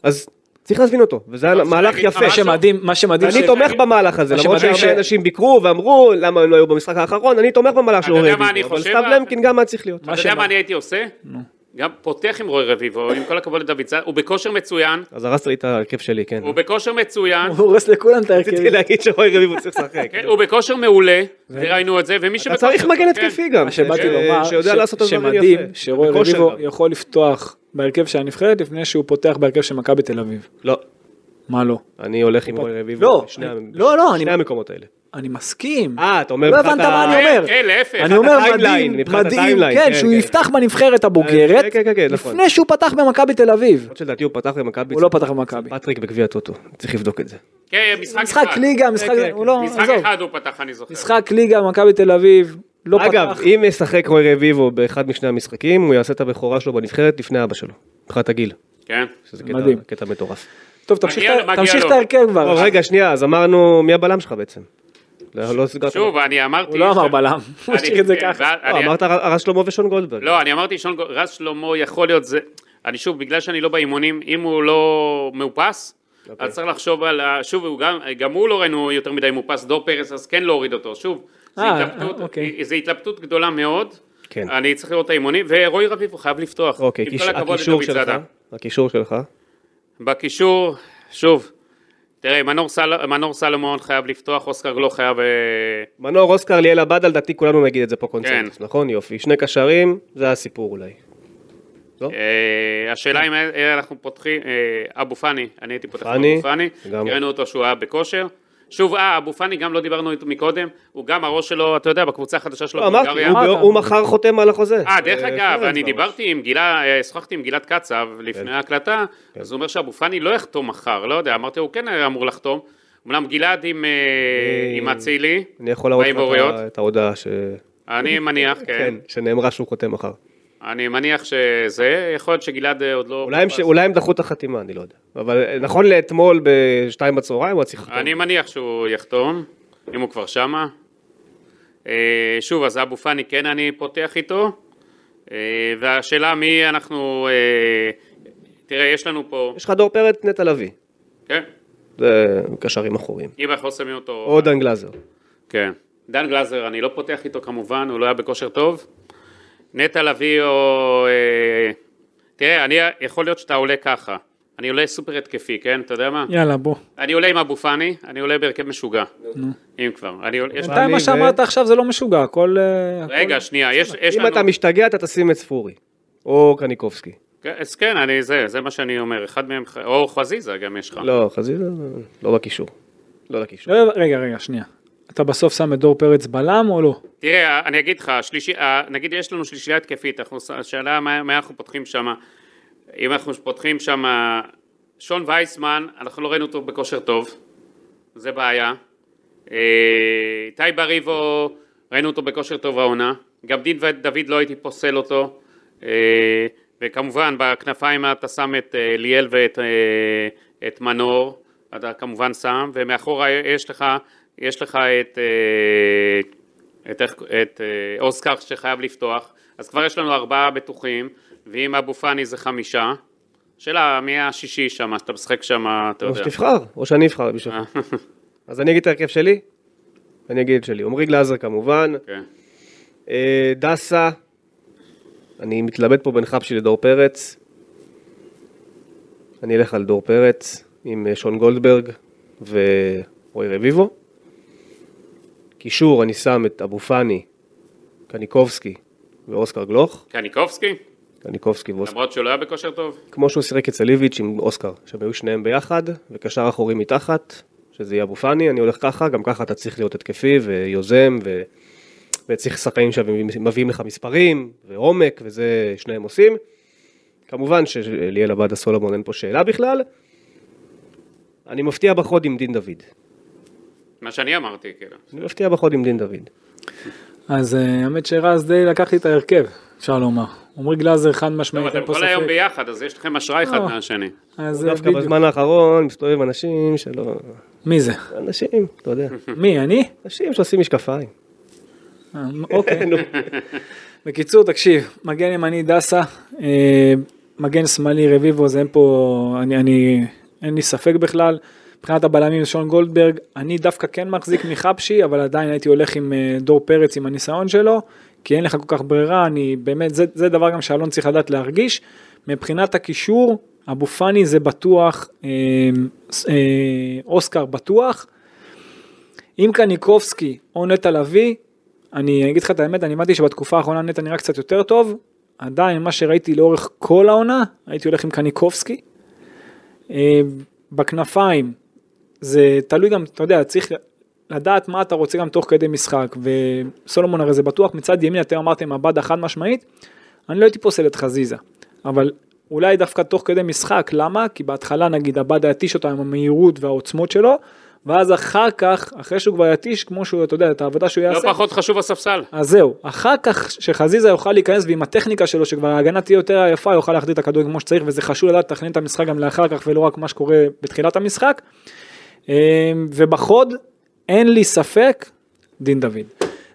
Speaker 2: אז צריך להזמין אותו, וזה היה
Speaker 4: אפשר
Speaker 2: מהלך
Speaker 4: להגיד לך
Speaker 2: יפה.
Speaker 4: משהו?
Speaker 3: שמדהים, מה שמדהים,
Speaker 2: אני
Speaker 3: ש-
Speaker 2: תומך במהלך הזה,
Speaker 3: מה
Speaker 2: למרות
Speaker 3: שמדהים
Speaker 2: שהרבה
Speaker 3: ש-
Speaker 2: אנשים ביקרו ואמרו למה הם לא היו במשחק האחרון, אני תומך במהלך של
Speaker 4: אתה
Speaker 2: אורי
Speaker 4: יודע מה אני
Speaker 2: רביבו, אבל
Speaker 4: חושב?
Speaker 2: סתיו
Speaker 4: מה-
Speaker 2: למקין גם היה צריך להיות.
Speaker 4: אתה יודע
Speaker 3: שמה?
Speaker 4: מה אני הייתי עושה? גם פותח עם רוי רביבו, עם כל הכבוד לדוד זאד, הוא בכושר מצוין,
Speaker 2: אז הרסת לי את ההרכב שלי, כן.
Speaker 4: הוא בכושר מצוין,
Speaker 3: הוא הורס לכולם את ההרכב.
Speaker 2: רציתי להגיד שרוי רביבו צריך לשחק.
Speaker 4: כן, הוא בכושר מעולה, וראינו את זה, ומי
Speaker 2: אתה
Speaker 4: שבכושר...
Speaker 2: צריך מגן
Speaker 4: כן.
Speaker 2: התקפי גם,
Speaker 3: מה שבאתי
Speaker 2: ש-
Speaker 3: לומר,
Speaker 2: אה, שיודע
Speaker 3: ש-
Speaker 2: לעשות את הדברים יפה.
Speaker 3: שמדהים שרוי
Speaker 2: בכושר
Speaker 3: רביבו
Speaker 2: גם.
Speaker 3: יכול לפתוח בהרכב של הנבחרת לפני שהוא פותח בהרכב של מכבי תל אביב.
Speaker 2: לא,
Speaker 3: מה לא?
Speaker 2: אני הולך עם רוי רביבו.
Speaker 3: לא,
Speaker 2: בשני
Speaker 3: אני-
Speaker 2: המ-
Speaker 3: לא, לא,
Speaker 2: שני
Speaker 3: אני-
Speaker 2: המקומות האלה.
Speaker 3: אני מסכים.
Speaker 2: אה, אתה אומר
Speaker 3: לא
Speaker 2: מבחינת
Speaker 3: הבנת מה
Speaker 2: ה- כן,
Speaker 3: אני אומר.
Speaker 4: אה, להפך.
Speaker 3: אני אומר
Speaker 2: מבחינת
Speaker 3: מדהים,
Speaker 2: הטיימליין, מבחינת
Speaker 3: מדהים,
Speaker 2: הטיימליין,
Speaker 3: כן,
Speaker 2: כן,
Speaker 3: שהוא
Speaker 2: כן.
Speaker 3: יפתח בנבחרת הבוגרת,
Speaker 2: כן, כן, כן, נכון.
Speaker 3: לפני שהוא פתח במכבי תל אביב.
Speaker 2: למרות שלדעתי הוא פתח במכבי.
Speaker 3: הוא לא פתח במכבי.
Speaker 2: פטריק בגביע הטוטו, צריך לבדוק את זה.
Speaker 4: כן, משחק
Speaker 3: משחק
Speaker 4: אחד.
Speaker 3: ליגה, משחק,
Speaker 2: כן,
Speaker 3: הוא לא,
Speaker 4: משחק
Speaker 3: עזוב,
Speaker 4: אחד הוא פתח, אני זוכר.
Speaker 3: משחק ליגה, מכבי תל אביב, לא פתח.
Speaker 2: אגב, אם ישחק רוי רביבו באחד משני המשחקים, הוא יעשה את הבכורה שלו בנבחרת לפני אבא שלו, מבחינת הגיל.
Speaker 4: כן.
Speaker 2: שזה
Speaker 3: מדהים.
Speaker 2: קטע- קטע מטורף.
Speaker 3: טוב, תמשיך
Speaker 4: מגיע
Speaker 3: את-
Speaker 4: לו, מגיע
Speaker 3: תמשיך
Speaker 4: לו.
Speaker 3: את ההרכב כבר.
Speaker 2: טוב, רגע, שנייה, אז אמרנו, מי הבלם שלך בעצם? לא לא סגרת.
Speaker 4: שוב, אני אמרתי...
Speaker 3: הוא לא אמר
Speaker 4: ש-
Speaker 3: בלם, הוא
Speaker 4: אני-
Speaker 3: השאיר את זה
Speaker 4: כן,
Speaker 3: ככה.
Speaker 4: ואז-
Speaker 2: לא,
Speaker 4: אני-
Speaker 2: אמרת הר- הרז שלמה ושון גולדברג.
Speaker 4: לא, אני אמרתי שון גול- רז שלמה יכול להיות זה, אני שוב, בגלל שאני לא באימונים, אם הוא לא מאופס,
Speaker 3: אוקיי.
Speaker 4: אז צריך לחשוב על, ה- שוב, הוא גם, גם הוא לא ראינו יותר מדי מאופס, דור פרס, אז כן להוריד אותו, שוב, זו
Speaker 3: אה,
Speaker 4: התלבטות,
Speaker 3: אה, אוקיי.
Speaker 4: זו התלבטות גדולה מאוד,
Speaker 2: כן.
Speaker 4: אני צריך לראות את האימונים, ורועי רביבו חייב לפתוח,
Speaker 2: אוקיי,
Speaker 4: עם
Speaker 2: כיש-
Speaker 4: כל הכבוד
Speaker 2: הקישור
Speaker 4: לדוד
Speaker 2: שלך,
Speaker 4: זאדה.
Speaker 2: הקישור שלך.
Speaker 4: בקישור, שוב, תראה, מנור, סל, מנור סלומון חייב לפתוח, אוסקר גלו חייב... אה,
Speaker 2: מנור אוסקר ליאל עבד, לדעתי כולנו נגיד את זה פה קונצנזוס,
Speaker 4: כן.
Speaker 2: נכון? יופי. שני קשרים, זה הסיפור אולי.
Speaker 4: אה, השאלה אם אה, אנחנו פותחים, אה, אבו פאני, אני הייתי פותח את
Speaker 2: פאני,
Speaker 4: אבו פאני,
Speaker 2: לגמרי.
Speaker 4: ראינו אותו שהוא היה בכושר. שוב, אה, אבו פאני, גם לא דיברנו איתו מקודם, הוא גם הראש שלו, אתה יודע, בקבוצה החדשה שלו,
Speaker 2: לא, אמרתי,
Speaker 4: בבולגריה.
Speaker 2: הוא
Speaker 3: אמרת.
Speaker 2: בא- הוא מחר חותם על החוזה.
Speaker 4: אה, דרך
Speaker 2: אה,
Speaker 4: אגב,
Speaker 2: פרנס
Speaker 4: אני
Speaker 2: ממש. כן.
Speaker 4: דיברתי עם גילה, אה, שוחחתי עם גלעד קצב לפני ההקלטה, אז הוא אומר שאבו פאני לא יחתום מחר, לא יודע, אמרתי, הוא כן היה אמור לחתום. אמנם גלעד עם, אה, עם אצילי,
Speaker 2: אני יכול להראות לך את
Speaker 4: באיבוריות.
Speaker 2: ה- את ההודעה ש...
Speaker 4: אני מניח, כן. אוקיי,
Speaker 2: כן, שנאמרה שהוא חותם מחר.
Speaker 4: אני מניח שזה, יכול להיות שגלעד אה, עוד לא...
Speaker 2: אולי הם ש-
Speaker 4: מודפס.
Speaker 2: אולי הם דחו את החתימה, אני לא יודע. אבל אה, נכון לאתמול בשתיים בצהריים הוא היה צריך לחתום.
Speaker 4: אני מניח שהוא יחתום, אם הוא כבר שמה. אה, שוב, אז אבו פאני כן אני פותח איתו. אה, והשאלה מי אנחנו... אה, תראה, יש לנו פה...
Speaker 2: יש לך דור פרץ, נטע לביא.
Speaker 4: כן,
Speaker 2: זה קשרים אחוריים.
Speaker 4: אם אנחנו שמים אותו...
Speaker 2: או דן גלאזר.
Speaker 4: כן. דן גלזר, אני לא פותח איתו כמובן, הוא לא היה בכושר טוב. נטע לביא או... אה, תראה, אני... יכול להיות שאתה עולה ככה. אני עולה סופר התקפי, כן? אתה יודע מה?
Speaker 3: יאללה, בוא.
Speaker 4: אני עולה עם אבו פאני, אני עולה בהרכב משוגע. אם כבר. אני עולה... יש-
Speaker 3: בינתיים מה
Speaker 2: ו-
Speaker 3: שאמרת עכשיו זה לא משוגע, הכל... אה, הכל-
Speaker 4: רגע, שנייה, יש יש
Speaker 2: אם אתה
Speaker 4: לנו...
Speaker 2: משתגע, אתה תשים את ספורי. או קניקובסקי.
Speaker 4: כן, אז כן, אני, זה, זה מה שאני אומר, אחד מהם, ח- או חזיזה גם יש לך.
Speaker 2: לא, חזיזה, לא בקישור. לא לקישור.
Speaker 3: לא, רגע, רגע, שנייה. אתה בסוף שם את דור פרץ בלם או לא?
Speaker 4: תראה, אני אגיד לך, שלישי, אה, נגיד יש לנו שלישייה התקפית, אנחנו- השאלה מה, מה אנחנו פותחים שם, אם אנחנו פותחים שם, שון וייסמן, אנחנו לא ראינו אותו בכושר טוב, זה בעיה. אה, איתי בריבו, ראינו אותו בכושר טוב העונה, גם דין ודוד לא הייתי פוסל אותו, אה, וכמובן בכנפיים אתה שם את אה, ליאל ואת אה, את מנור, אתה כמובן שם, ומאחורה יש לך, יש לך את, אה, את, איך- את אה, אוסקר שחייב לפתוח, אז כבר יש לנו ארבעה בטוחים, ואם אבו פאני זה חמישה, שאלה מי השישי שם, שאתה משחק שם, אתה
Speaker 2: או
Speaker 4: לא יודע. אה.
Speaker 2: שתבחר, או שאני אבחר בשבילך. אז אני אגיד את ההרכב שלי? אני אגיד את שלי. עמרי גלאזר כמובן,
Speaker 4: כן.
Speaker 2: אה, דסה, אני מתלבט פה בין חפשי לדור פרץ. אני אלך על דור פרץ עם אה, שון גולדברג ורועי רביבו. קישור, אני שם את אבו פאני, קניקובסקי ואוסקר גלוך.
Speaker 4: קניקובסקי,
Speaker 2: קניקובסקי ואוסקר.
Speaker 4: למרות שהוא לא היה בכושר טוב.
Speaker 2: כמו שהוא שיחק אצל איביץ' עם אוסקר, שהם היו שניהם ביחד, וקשר אחורי מתחת, שזה יהיה אבו פאני, אני הולך ככה, גם ככה אתה צריך להיות התקפי ויוזם, ו... וצריך שחקנים שמביאים לך מספרים, ועומק, וזה שניהם עושים. כמובן שליאל עבדה סולומון אין פה שאלה בכלל. אני מפתיע בחוד עם דין דוד.
Speaker 4: מה שאני אמרתי, כאילו.
Speaker 2: אני מפתיע בחוד עם דין דוד.
Speaker 3: אז אה, האמת שרז די לקח לי את ההרכב, אפשר לומר. עמרי גלאזר חד
Speaker 4: טוב,
Speaker 3: משמעית, אין
Speaker 4: אתם
Speaker 3: פה
Speaker 4: כל היום
Speaker 3: ספק.
Speaker 4: ביחד, אז יש לכם אשראי אחד
Speaker 3: לא.
Speaker 4: מהשני.
Speaker 3: אז אה,
Speaker 2: דווקא
Speaker 3: בדיוק.
Speaker 2: בזמן האחרון מסתובב עם אנשים שלא...
Speaker 3: מי זה?
Speaker 2: אנשים, אתה יודע.
Speaker 3: מי, אני?
Speaker 2: אנשים שעושים משקפיים.
Speaker 3: אה, אוקיי.
Speaker 2: נו.
Speaker 3: בקיצור, תקשיב, מגן ימני דסה, אה, מגן שמאלי רביבו, זה אין פה, אני, אני, אין לי ספק בכלל. מבחינת הבלמים שון גולדברג, אני דווקא כן מחזיק מחפשי, אבל עדיין הייתי הולך עם אה, דור פרץ עם הניסיון שלו, כי אין לך כל כך ברירה, אני באמת, זה, זה דבר גם שאלון צריך לדעת להרגיש. מבחינת הקישור, אבו פאני זה בטוח, אה, אה, אוסקר בטוח. אם קניקובסקי או נטע לביא, אני אגיד לך את האמת, אני הבנתי שבתקופה האחרונה נטע נראה קצת יותר טוב, עדיין מה שראיתי לאורך כל העונה, הייתי הולך עם קניקובסקי. אה, בכנפיים, זה תלוי גם, אתה יודע, צריך לדעת מה אתה רוצה גם תוך כדי משחק, וסולומון הרי זה בטוח, מצד ימין אתם אמרתם עבדה חד משמעית, אני לא הייתי פוסל את חזיזה, אבל אולי דווקא תוך כדי משחק, למה? כי בהתחלה נגיד עבדה יתיש אותה עם המהירות והעוצמות שלו, ואז אחר כך, אחרי שהוא כבר יתיש, כמו שהוא, אתה יודע, את העבודה שהוא
Speaker 4: לא
Speaker 3: יעשה,
Speaker 4: פחות חשוב הספסל.
Speaker 3: אז זהו, אחר כך שחזיזה יוכל להיכנס ועם הטכניקה שלו, שכבר ההגנה תהיה יותר עייפה, יוכל להחדיר את הכדור כמו שצריך, וזה חשוב לדעת לתכנן את המשחק גם לאחר כך, ולא רק מה שקורה בתחילת המשחק. אה, ובחוד, אין לי ספק, דין דוד.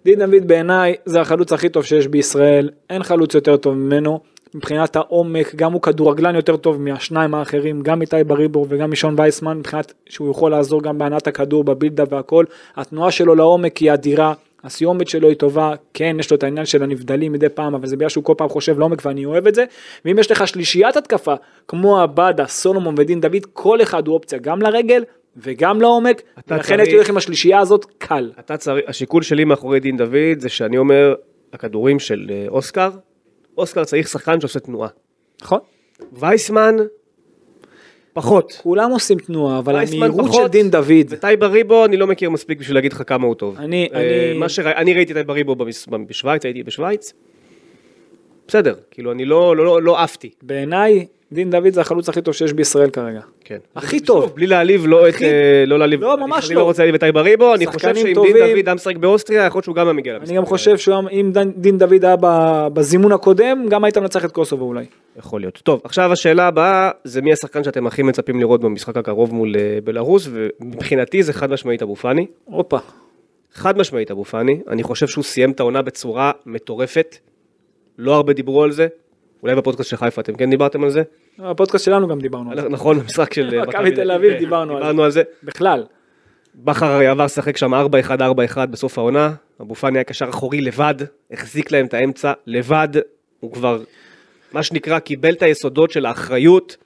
Speaker 3: דין דוד בעיניי זה החלוץ הכי טוב שיש בישראל, אין חלוץ יותר טוב ממנו. מבחינת העומק, גם הוא כדורגלן יותר טוב מהשניים האחרים, גם איתי בריבור וגם משון וייסמן, מבחינת שהוא יכול לעזור גם בהנעת הכדור, בבילדה והכל. התנועה שלו לעומק היא אדירה, הסיומת שלו היא טובה, כן, יש לו את העניין של הנבדלים מדי פעם, אבל זה בגלל שהוא כל פעם חושב לעומק ואני אוהב את זה. ואם יש לך שלישיית התקפה, כמו עבדה, סולומון ודין דוד, כל אחד הוא אופציה גם לרגל וגם לעומק,
Speaker 2: אתה
Speaker 3: ולכן
Speaker 2: צריך-
Speaker 3: הייתי הולך עם השלישייה הזאת קל.
Speaker 2: אתה צריך, השיקול שלי מאחורי דין דוד זה שאני אומר, הכדורים של אה, אוסקר, אוסקר צריך שחקן שעושה תנועה.
Speaker 3: נכון?
Speaker 2: וייסמן, פחות.
Speaker 3: כולם עושים תנועה, אבל
Speaker 2: וייסמן
Speaker 3: המהירות של
Speaker 2: לא פחות,
Speaker 3: דין דוד,
Speaker 2: וטייבה ריבו, אני לא מכיר מספיק בשביל להגיד לך כמה הוא טוב.
Speaker 3: אני-
Speaker 2: אה,
Speaker 3: אני-
Speaker 2: מה שרא- אני ראיתי את טייבה ריבו במס- בשוויץ, הייתי בשוויץ. בסדר, כאילו אני לא, לא, לא, לא עפתי.
Speaker 3: בעיניי, דין דוד זה החלוץ הכי טוב שיש בישראל כרגע.
Speaker 2: כן.
Speaker 3: הכי טוב.
Speaker 2: בלי להעליב, לא את...
Speaker 3: הכי-
Speaker 2: אה, לא להעליב.
Speaker 3: לא, ממש
Speaker 2: אני
Speaker 3: לא.
Speaker 2: לא רוצה להעליב את טייבה ריבו, אני חושב
Speaker 3: שחקנים
Speaker 2: שאם
Speaker 3: טובים.
Speaker 2: דין דוד היה משחק באוסטריה, יכול להיות שהוא גם היה מגיע למשחק.
Speaker 3: אני גם חושב שאם דן- דין דוד היה ב- בזימון הקודם, גם היית מנצח את קוסובו אולי.
Speaker 2: יכול להיות. טוב, עכשיו השאלה הבאה, זה מי השחקן שאתם הכי מצפים לראות במשחק הקרוב מול אה, בלארוס, ומבחינתי זה חד משמעית אבו פאני.
Speaker 3: הופה.
Speaker 2: חד משמעית אבו פאני, אני חושב שהוא סיים את העונה בצורה מטורפת. לא הרבה דיברו על זה. אולי בפודקאסט של חיפה אתם כן דיברתם על זה?
Speaker 3: בפודקאסט שלנו גם דיברנו על זה.
Speaker 2: נכון, במשחק של... אה,
Speaker 3: מכבי תל אביב,
Speaker 2: כן,
Speaker 3: דיברנו על זה.
Speaker 2: דיברנו על זה.
Speaker 3: בכלל.
Speaker 2: בכר הרי עבר לשחק שם 4-1-4-1 בסוף העונה, אבו פאני היה קשר אחורי לבד, החזיק להם את האמצע לבד, הוא כבר, מה שנקרא, קיבל את היסודות של האחריות,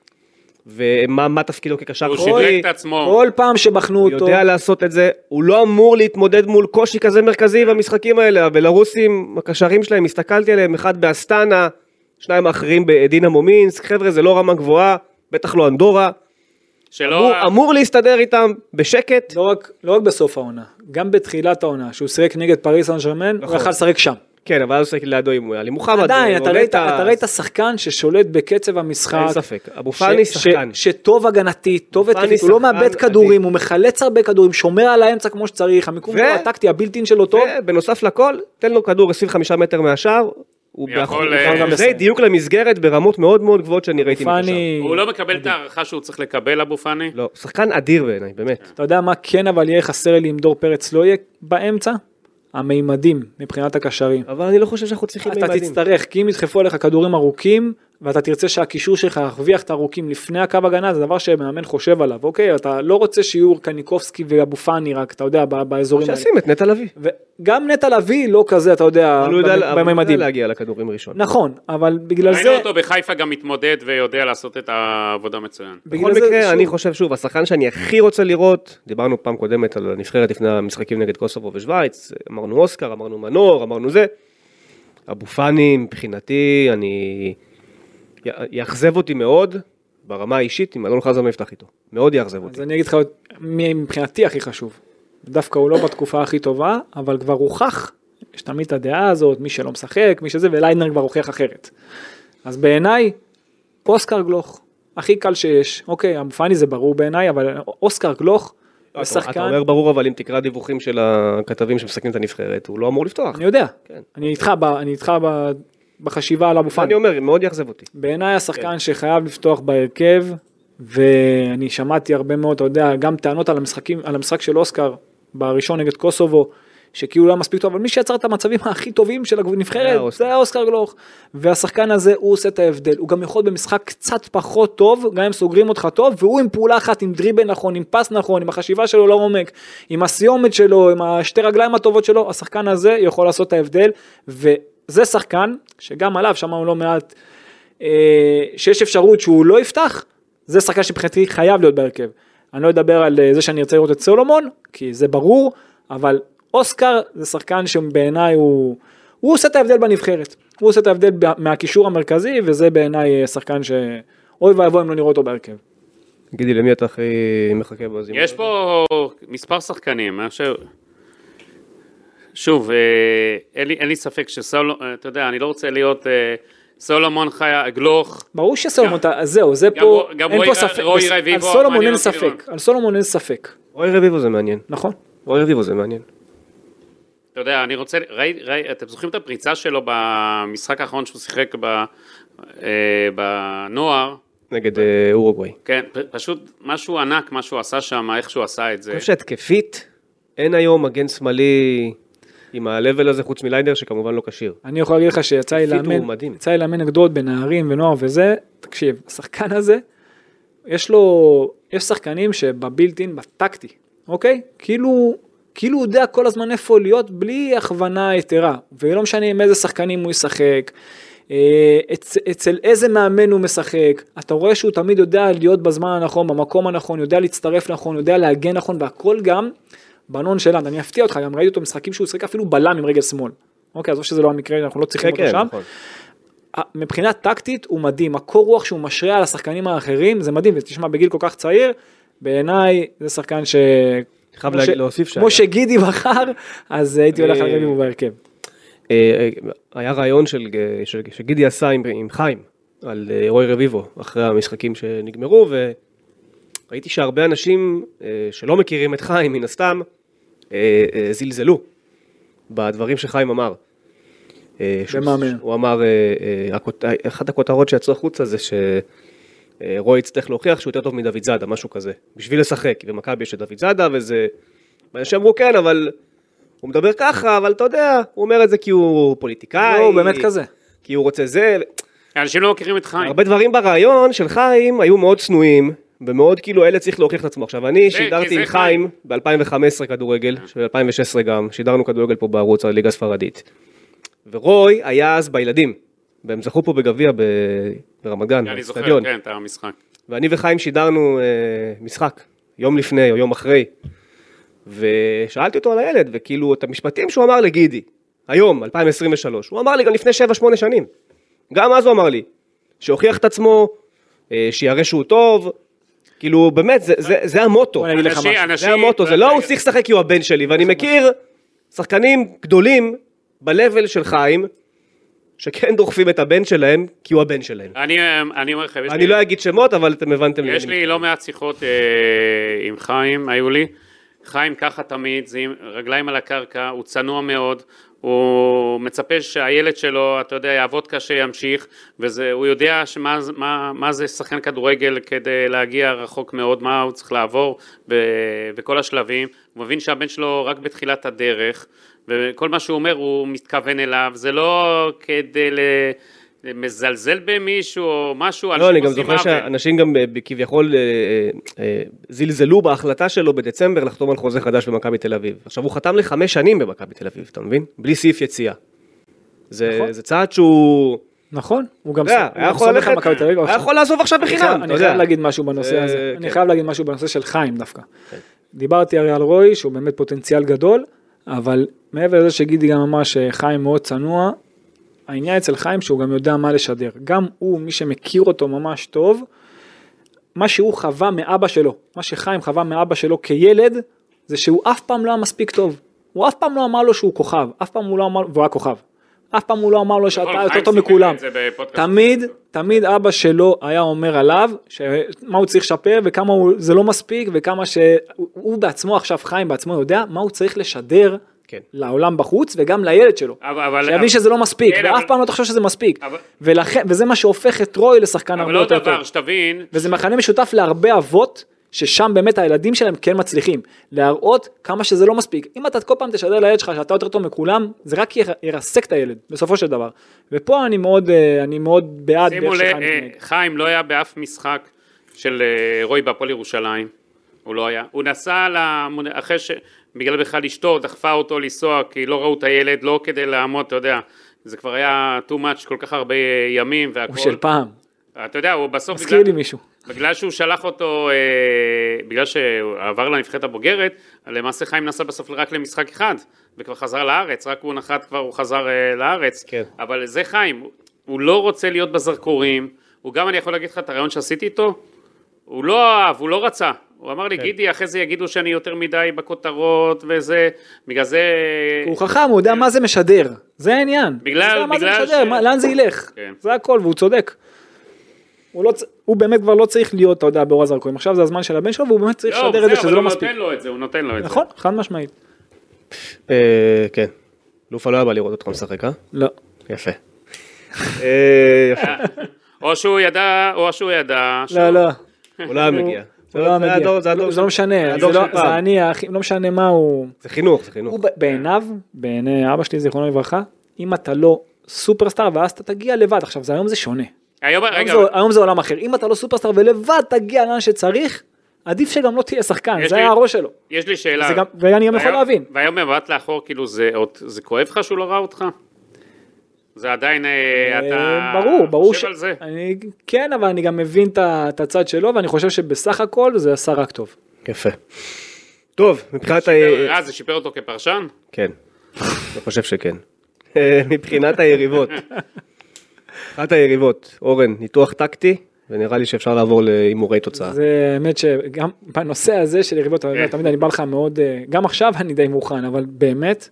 Speaker 2: ומה מה תפקידו כקשר
Speaker 4: הוא
Speaker 2: אחורי,
Speaker 4: שדרג את עצמו.
Speaker 3: כל פעם שבחנו
Speaker 2: הוא
Speaker 3: אותו,
Speaker 2: יודע לעשות את זה, הוא לא אמור להתמודד מול קושי כזה מרכזי במשחקים האלה, הבלרוסים, הקשרים שלהם, הסתכלתי עליהם, אחד באסטנה, שניים האחרים בדינמו מינסק, חבר'ה זה לא רמה גבוהה, בטח לא אנדורה,
Speaker 4: שלא...
Speaker 2: הוא אמור להסתדר איתם בשקט.
Speaker 3: לא רק- לא רק בסוף העונה, גם בתחילת העונה, שהוא שיחק נגד פריס סן ג'רמן, הוא
Speaker 2: נכון.
Speaker 3: יכל לשחק שם.
Speaker 2: כן, אבל אז הוא שיחק לידו עם עלי מוחמד. אה,
Speaker 3: עדיין, אתה ראית-
Speaker 2: ורונטה,
Speaker 3: אתה ראית שחקן ששולט בקצב המשחק.
Speaker 2: אין ספק. אבו פאני
Speaker 3: ש- ש-
Speaker 2: שחקן.
Speaker 3: שטוב הגנתית, טוב
Speaker 2: פאני
Speaker 3: התקפית, הוא לא
Speaker 2: שחקן
Speaker 3: מאבד
Speaker 2: אדיר.
Speaker 3: כדורים, הוא מחלץ הרבה כדורים, שומר על האמצע כמו שצריך, המיקום
Speaker 2: ו-
Speaker 3: שלו הטקטי הבלתי אין שלו טוב.
Speaker 2: בנוסף לכל, תן לו כדור 25 מטר מהשער. הוא
Speaker 4: יכול,
Speaker 2: באחוז-
Speaker 4: אה,
Speaker 2: הוא גם זה
Speaker 3: לסיים.
Speaker 2: דיוק למסגרת ברמות מאוד מאוד גבוהות שאני ראיתי מקשר.
Speaker 3: פאני,
Speaker 4: הוא לא מקבל את ההערכה שהוא צריך לקבל, אבו פאני?
Speaker 2: לא, שחקן אדיר בעיניי, באמת.
Speaker 3: אתה יודע מה כן אבל יהיה חסר לי אם דור פרץ לא יהיה באמצע? המימדים מבחינת הקשרים.
Speaker 2: אבל אני לא חושב שאנחנו צריכים
Speaker 3: אתה
Speaker 2: מימדים.
Speaker 3: תצטרך, כי אם ידחפו עליך כדורים ארוכים, ואתה תרצה שהקישור שלך ירוויח את הארוכים לפני הקו הגנה, זה דבר שמאמן חושב עליו, אוקיי? אתה לא רוצה שיהיו קניקובסקי ואבו פאני רק, אתה יודע, ב- באזורים האלה.
Speaker 2: שישים את נטע לביא.
Speaker 3: וגם נטע לביא לא כזה, אתה יודע,
Speaker 2: אבל הוא יודע-
Speaker 3: במ-
Speaker 2: אבל הוא יודע
Speaker 3: בממדים.
Speaker 2: להגיע לכדורים ראשון.
Speaker 3: נכון, אבל בגלל
Speaker 4: ראינו
Speaker 3: זה...
Speaker 4: אותו בחיפה גם מתמודד ויודע לעשות את העבודה מצוין.
Speaker 3: בגלל
Speaker 2: בכל
Speaker 3: זה,
Speaker 2: מקרה,
Speaker 3: שוב,
Speaker 2: אני חושב שוב, השחקן שאני הכי רוצה לראות, דיברנו פעם קודמת על הנבחרת לפני המשחקים נגד קוסובו ושוויץ, אמרנו אוסקר, אמרנו מנור, אמרנו זה. אבו פאני, מבחינתי, אני... י- יאכזב אותי מאוד, ברמה האישית, אם אלון חזן לא יפתח איתו. מאוד יאכזב אותי.
Speaker 3: אז אני אגיד לך עוד מי מבחינתי הכי חשוב. דווקא הוא לא בתקופה הכי טובה, אבל כבר הוכח, יש תמיד את הדעה הזאת, מי שלא משחק, מי שזה, וליידנר כבר הוכיח אחרת. אז בעיניי, אוסקר גלוך, הכי קל שיש. אוקיי, המופני זה ברור בעיניי, אבל אוסקר גלוך, הוא
Speaker 2: לא, אתה- אתה
Speaker 3: שחקן,
Speaker 2: אומר ברור, אבל אם תקרא דיווחים של הכתבים שמסכנים את הנבחרת, הוא לא אמור לפתוח.
Speaker 3: אני יודע,
Speaker 2: כן.
Speaker 3: אני איתך ב- אני איתך ב- בחשיבה על המופני.
Speaker 2: אני אומר, מאוד יאכזב אותי.
Speaker 3: בעיניי
Speaker 2: כן.
Speaker 3: השחקן שחייב לפתוח בהרכב, ואני שמעתי הרבה מאוד, אתה יודע, גם טענות על, המשחקים, על המשחק של אוסקר בראשון נגד קוסובו, שכאילו לא היה מספיק טוב, אבל מי שיצר את המצבים הכי טובים של
Speaker 2: היה
Speaker 3: הנבחרת
Speaker 2: אוסקר.
Speaker 3: זה היה אוסקר גלוך. והשחקן הזה, הוא עושה את ההבדל. הוא גם יכול להיות במשחק קצת פחות טוב, גם אם סוגרים אותך טוב, והוא עם פעולה אחת, עם דריבל נכון, עם פס נכון, עם החשיבה שלו לעומק, עם הסיומת שלו, עם השתי רגליים הטובות שלו, השחקן הזה יכול לעשות את ההבדל, וזה שחקן, שגם עליו שמענו לא מעט אה, שיש אפשרות שהוא לא יפתח, זה שחקן שמבחינתי חייב להיות בהרכב. אני לא אדבר על אה, זה שאני ארצה לראות את סולומון, כי זה ברור, אבל אוסקר זה שחקן שבעיניי הוא, הוא עושה את ההבדל בנבחרת. הוא עושה את ההבדל ב- מהקישור המרכזי, וזה בעיניי אה, שחקן ש... אוי ואבוי אם לא נראה אותו בהרכב.
Speaker 2: תגידי למי אתה הכי מחכה בזימון?
Speaker 4: יש פה מספר שחקנים, אני חושב... שוב, אה, אין לי, אין לי ספק שסולומון, אתה יודע, אני לא רוצה להיות אה, סולומון חיה, גלוך,
Speaker 3: ברור שסולומון, אתה- אז זהו, זה
Speaker 4: גם
Speaker 3: פה,
Speaker 4: רוא- גם
Speaker 3: אין
Speaker 4: רועי-
Speaker 3: פה ספק,
Speaker 4: רועי
Speaker 3: על
Speaker 4: רביבו,
Speaker 3: סולומון
Speaker 4: מעניין
Speaker 3: אין
Speaker 4: אותי לראות.
Speaker 3: ספק, על סולומון אין ספק,
Speaker 2: רועי רביבו זה מעניין.
Speaker 3: נכון?
Speaker 2: רועי רביבו זה מעניין.
Speaker 4: אתה יודע, אני רוצה, ראי, ראי, אתם זוכרים את הפריצה שלו במשחק האחרון שהוא שיחק ב, אה, בנוער?
Speaker 2: נגד אה, אורוגוואי. אני
Speaker 4: כן, פ, פשוט משהו ענק, מה שהוא עשה שם, איך שהוא עשה את זה.
Speaker 2: חושב שהתקפית, אין היום מגן שמאלי עם ה-level הזה חוץ מליידר שכמובן לא כשיר.
Speaker 3: אני יכול להגיד לך שיצא לי
Speaker 2: פיט הוא
Speaker 3: לאמן,
Speaker 2: מדהים.
Speaker 3: יצא לי לאמן נגדות בנערים ונוער וזה, תקשיב, השחקן הזה, יש לו, יש שחקנים שבבילטין, בטקטי, אוקיי? כאילו, כאילו הוא יודע כל הזמן איפה להיות בלי הכוונה יתרה, ולא משנה עם איזה שחקנים הוא ישחק. אה, אצ, אצל איזה מאמן הוא משחק, אתה רואה שהוא תמיד יודע להיות בזמן הנכון, במקום הנכון, יודע להצטרף נכון, יודע להגן נכון, והכל גם בנון שלנו, אני אפתיע אותך, גם ראיתי אותו משחקים שהוא שיחק אפילו בלם עם רגל שמאל. אוקיי, עזוב שזה לא המקרה, אנחנו לא צריכים
Speaker 2: כן,
Speaker 3: אותו
Speaker 2: כן,
Speaker 3: שם.
Speaker 2: נכון.
Speaker 3: מבחינה טקטית הוא מדהים, הקור רוח שהוא משרה על השחקנים האחרים זה מדהים, ותשמע בגיל כל כך צעיר, בעיניי זה שחקן ש...
Speaker 2: חייב
Speaker 3: כמו ש-
Speaker 2: להגיד- להוסיף שהיה.
Speaker 3: כמו שגידי בחר, אז הייתי הולך על רביבו בהרכב.
Speaker 2: אה, אה, היה רעיון של, של, שגידי עשה עם, עם חיים על אה, רוי רביבו אחרי המשחקים שנגמרו וראיתי שהרבה אנשים אה, שלא מכירים את חיים מן הסתם אה, אה, זלזלו בדברים שחיים אמר. אה, שהוא-
Speaker 3: במה מהם?
Speaker 2: הוא אמר, אה, אה, הכות- אחת הכותרות שיצאו החוצה זה שרוי יצטרך להוכיח שהוא יותר טוב מדוד זאדה, משהו כזה, בשביל לשחק, כי במכבי יש את דוד זאדה וזה... אנשים אמרו כן, אבל הוא מדבר ככה, אבל אתה יודע, הוא אומר את זה כי הוא פוליטיקאי.
Speaker 3: לא, הוא
Speaker 2: אה.
Speaker 3: באמת כזה.
Speaker 2: כי הוא רוצה זה.
Speaker 4: אנשים לא מכירים את חיים.
Speaker 2: הרבה דברים ברעיון של חיים היו מאוד צנועים, ומאוד כאילו אלה צריך להוכיח את עצמו. עכשיו, אני
Speaker 4: זה- אה, כי
Speaker 2: שידרתי
Speaker 4: זה אה.
Speaker 2: עם חיים ב-2015 כדורגל, ב-2016 גם, שידרנו כדורגל פה בערוץ הליגה הספרדית. ורוי היה אז בילדים, והם זכו פה בגביע ב- ברמת גן,
Speaker 4: אני זוכר,
Speaker 2: באצטדיון.
Speaker 4: כן, את המשחק.
Speaker 2: ואני וחיים שידרנו אה, משחק, יום לפני או יום אחרי, ושאלתי אותו על הילד, וכאילו את המשפטים שהוא אמר לגידי, היום, 2023, הוא אמר לי גם לפני 7-8 שנים, גם אז הוא אמר לי, שהוכיח את עצמו, אה, שיראה שהוא טוב, כאילו באמת, זה, זה, זה המוטו,
Speaker 3: בוא נגיד לך
Speaker 4: אנשים-
Speaker 3: משהו.
Speaker 4: אנשים- אה,
Speaker 2: זה המוטו, זה לא הוא
Speaker 4: רגע,
Speaker 2: צריך לשחק כי הוא הבן שלי, ואני מכיר שחקנים גדולים ב-level של חיים, שכן דוחפים את הבן שלהם, כי הוא הבן שלהם.
Speaker 4: אני אה, אני אומר לכם, יש
Speaker 2: אני
Speaker 4: לי-
Speaker 2: לא אגיד שמות, אבל אתם הבנתם.
Speaker 4: יש
Speaker 2: למי.
Speaker 4: לי לא מעט שיחות אה, עם חיים, היו לי. חיים ככה תמיד, זה עם רגליים על הקרקע, הוא צנוע מאוד, הוא מצפה שהילד שלו, אתה יודע, יעבוד קשה, ימשיך, והוא יודע שמה, זה- מה, מה זה שחקן כדורגל כדי להגיע רחוק מאוד, מה הוא צריך לעבור ב, בכל השלבים, הוא מבין שהבן שלו רק בתחילת הדרך, וכל מה שהוא אומר הוא מתכוון אליו, זה לא כדי ל... מזלזל במישהו או משהו,
Speaker 2: לא,
Speaker 4: אנשים
Speaker 2: אני גם
Speaker 4: עושים
Speaker 2: זוכר
Speaker 4: עוול.
Speaker 2: שאנשים גם אה, ב- כביכול אה, אה, אה, זלזלו בהחלטה שלו בדצמבר לחתום על חוזה חדש במכבי תל אביב. עכשיו, הוא חתם לחמש שנים במכבי תל אביב, אתה מבין? בלי סעיף יציאה. זה
Speaker 3: נכון.
Speaker 2: זה צעד שהוא,
Speaker 3: נכון, הוא גם
Speaker 2: אתה יודע,
Speaker 3: הוא
Speaker 2: היה
Speaker 3: גם
Speaker 2: יכול
Speaker 3: סומך על
Speaker 2: ללכת,
Speaker 3: מכבי תל אביב, אבל-
Speaker 2: היה יכול לעזוב עכשיו
Speaker 3: אני חייב-
Speaker 2: בחינם, אתה
Speaker 3: אני חייב
Speaker 2: יודע.
Speaker 3: להגיד משהו בנושא
Speaker 2: אה,
Speaker 3: הזה.
Speaker 2: כן.
Speaker 3: אני חייב להגיד משהו בנושא של חיים דווקא. דיברתי הרי על רוי, שהוא באמת פוטנציאל גדול, אבל מעבר לזה שגידי גם אמר שחיים מאוד צנוע, העניין אצל חיים שהוא גם יודע מה לשדר. גם הוא, מי שמכיר אותו ממש טוב, מה שהוא חווה מאבא שלו, מה שחיים חווה מאבא שלו כילד, זה שהוא אף פעם לא היה מספיק טוב. הוא אף פעם לא אמר לו שהוא כוכב, אף פעם הוא לא אמר, והוא היה כוכב. אף פעם הוא לא אמר לו שאתה
Speaker 4: נכון,
Speaker 3: יותר
Speaker 4: חיים
Speaker 3: טוב
Speaker 4: סיפר
Speaker 3: מכולם.
Speaker 4: את זה בפודקאסט.
Speaker 3: תמיד, תמיד אבא שלו היה אומר עליו, ש- מה הוא צריך לשפר וכמה הוא, זה לא מספיק וכמה ש... הוא- הוא בעצמו עכשיו, חיים בעצמו יודע מה הוא צריך לשדר
Speaker 2: כן.
Speaker 3: לעולם בחוץ וגם לילד שלו.
Speaker 4: אבל- אבל-
Speaker 3: שיבין שזה לא מספיק,
Speaker 4: כן,
Speaker 3: ואף
Speaker 4: אבל-
Speaker 3: פעם לא תחשוב שזה מספיק.
Speaker 4: אבל-
Speaker 3: ולכן, וזה מה שהופך את רוי לשחקן
Speaker 4: אבל
Speaker 3: הרבה
Speaker 4: עוד
Speaker 3: יותר טוב.
Speaker 4: דבר, שתבין,
Speaker 3: וזה מכנה משותף להרבה אבות, ששם באמת הילדים שלהם כן מצליחים, להראות כמה שזה לא מספיק. אם אתה כל פעם תשדר לילד שלך שאתה יותר טוב מכולם, זה רק יר- ירסק את הילד, בסופו של דבר. ופה אני מאוד, אה, אני מאוד בעד
Speaker 4: שימו
Speaker 3: דרך
Speaker 4: לב,
Speaker 3: שלך
Speaker 4: אה,
Speaker 3: מתנהג.
Speaker 4: חיים לא היה באף משחק של אה, רוי בהפועל ירושלים, הוא לא היה. הוא נסע למונ... אחרי ש... בגלל בכלל אשתו דחפה אותו לנסוע כי לא ראו את הילד, לא כדי לעמוד, אתה יודע, זה כבר היה too much כל כך הרבה אה, ימים והכל.
Speaker 3: הוא של פעם,
Speaker 4: אתה יודע, הוא בסוף...
Speaker 3: מזכיר לי מישהו.
Speaker 4: בגלל שהוא שלח אותו, אה, בגלל שהוא עבר לנבחרת הבוגרת, למעשה חיים נסע בסוף רק למשחק אחד, וכבר חזר לארץ, רק הוא נחת כבר, הוא חזר אה, לארץ.
Speaker 2: כן.
Speaker 4: אבל זה חיים, הוא לא רוצה להיות בזרקורים, הוא גם, אני יכול להגיד לך את הרעיון שעשיתי איתו, הוא לא אהב, הוא לא רצה. הוא אמר
Speaker 3: כן.
Speaker 4: לי, גידי, אחרי זה יגידו שאני יותר מדי בכותרות וזה, בגלל זה... לא,
Speaker 3: הוא חכם, הוא יודע מה זה משדר, זה העניין.
Speaker 4: כן. בגלל-
Speaker 3: הוא יודע מה זה
Speaker 4: בגלל
Speaker 3: משדר,
Speaker 4: ש-
Speaker 3: מה- לאן זה ילך,
Speaker 4: כן.
Speaker 3: זה הכל, והוא צודק. הוא, לא, צ- הוא באמת כבר לא צריך להיות, אתה יודע, באור הזרקורים. עכשיו זה הזמן של הבן שלו, והוא באמת צריך
Speaker 4: לא,
Speaker 3: לשדר את
Speaker 4: בסדר,
Speaker 3: זה,
Speaker 4: אבל
Speaker 3: שזה לא
Speaker 4: הוא
Speaker 3: מספיק.
Speaker 4: נותן לו את זה, הוא נותן לו את זה.
Speaker 3: נכון, חד משמעית.
Speaker 2: אה, כן. לופה לא היה בא לראות אותך משחק, אה?
Speaker 3: לא.
Speaker 2: יפה. אה, יפה.
Speaker 4: או שהוא ידע, או שהוא ידע. ש-
Speaker 3: לא, לא.
Speaker 2: הוא לא היה מגיע.
Speaker 3: הוא לא
Speaker 2: זה
Speaker 3: מגיע.
Speaker 2: הדור- זה הדור
Speaker 3: לא- זה לא
Speaker 2: של-
Speaker 3: משנה,
Speaker 2: הדור
Speaker 3: זה לא-
Speaker 2: של פעם.
Speaker 3: זה אני, האחים, לא משנה מה הוא.
Speaker 2: זה חינוך, זה חינוך.
Speaker 3: הוא ב- בעיניו, בעיני אבא שלי זיכרונו לברכה, אם אתה לא סופרסטאר ואז אתה תגיע לבד, עכשיו זה היום זה שונה.
Speaker 4: היום,
Speaker 3: היום
Speaker 4: רגע,
Speaker 3: זה- היום זה עולם אחר, אם אתה לא סופרסטאר ולבד תגיע לאן שצריך, עדיף שגם לא תהיה שחקן,
Speaker 4: יש
Speaker 3: זה
Speaker 4: לי-
Speaker 3: היה הראש שלו.
Speaker 4: יש לי שאלה.
Speaker 3: זה גם- ואני גם יכול
Speaker 4: והיום-
Speaker 3: להבין.
Speaker 4: והיום במבט לאחור, כאילו, זה עוד, זה כואב לך שהוא לא ראה אותך? זה עדיין, אה, אתה...
Speaker 3: אה, ברור, ברור
Speaker 4: חושב על זה.
Speaker 3: אני, כן, אבל אני גם מבין את ה- את הצד שלו, ואני חושב שבסך הכל זה עשה רק טוב.
Speaker 2: יפה. טוב, מבחינת ה...
Speaker 4: אה, זה שיפר אותו כפרשן?
Speaker 2: כן. אני חושב שכן. אה, מבחינת היריבות. מבחינת היריבות. אורן, ניתוח טקטי, ונראה לי שאפשר לעבור להימורי תוצאה.
Speaker 3: זה האמת שגם בנושא הזה של יריבות, אתה יודע,
Speaker 4: כן.
Speaker 3: תמיד אני בא לך מאוד, אה, גם עכשיו אני די מוכן, אבל באמת,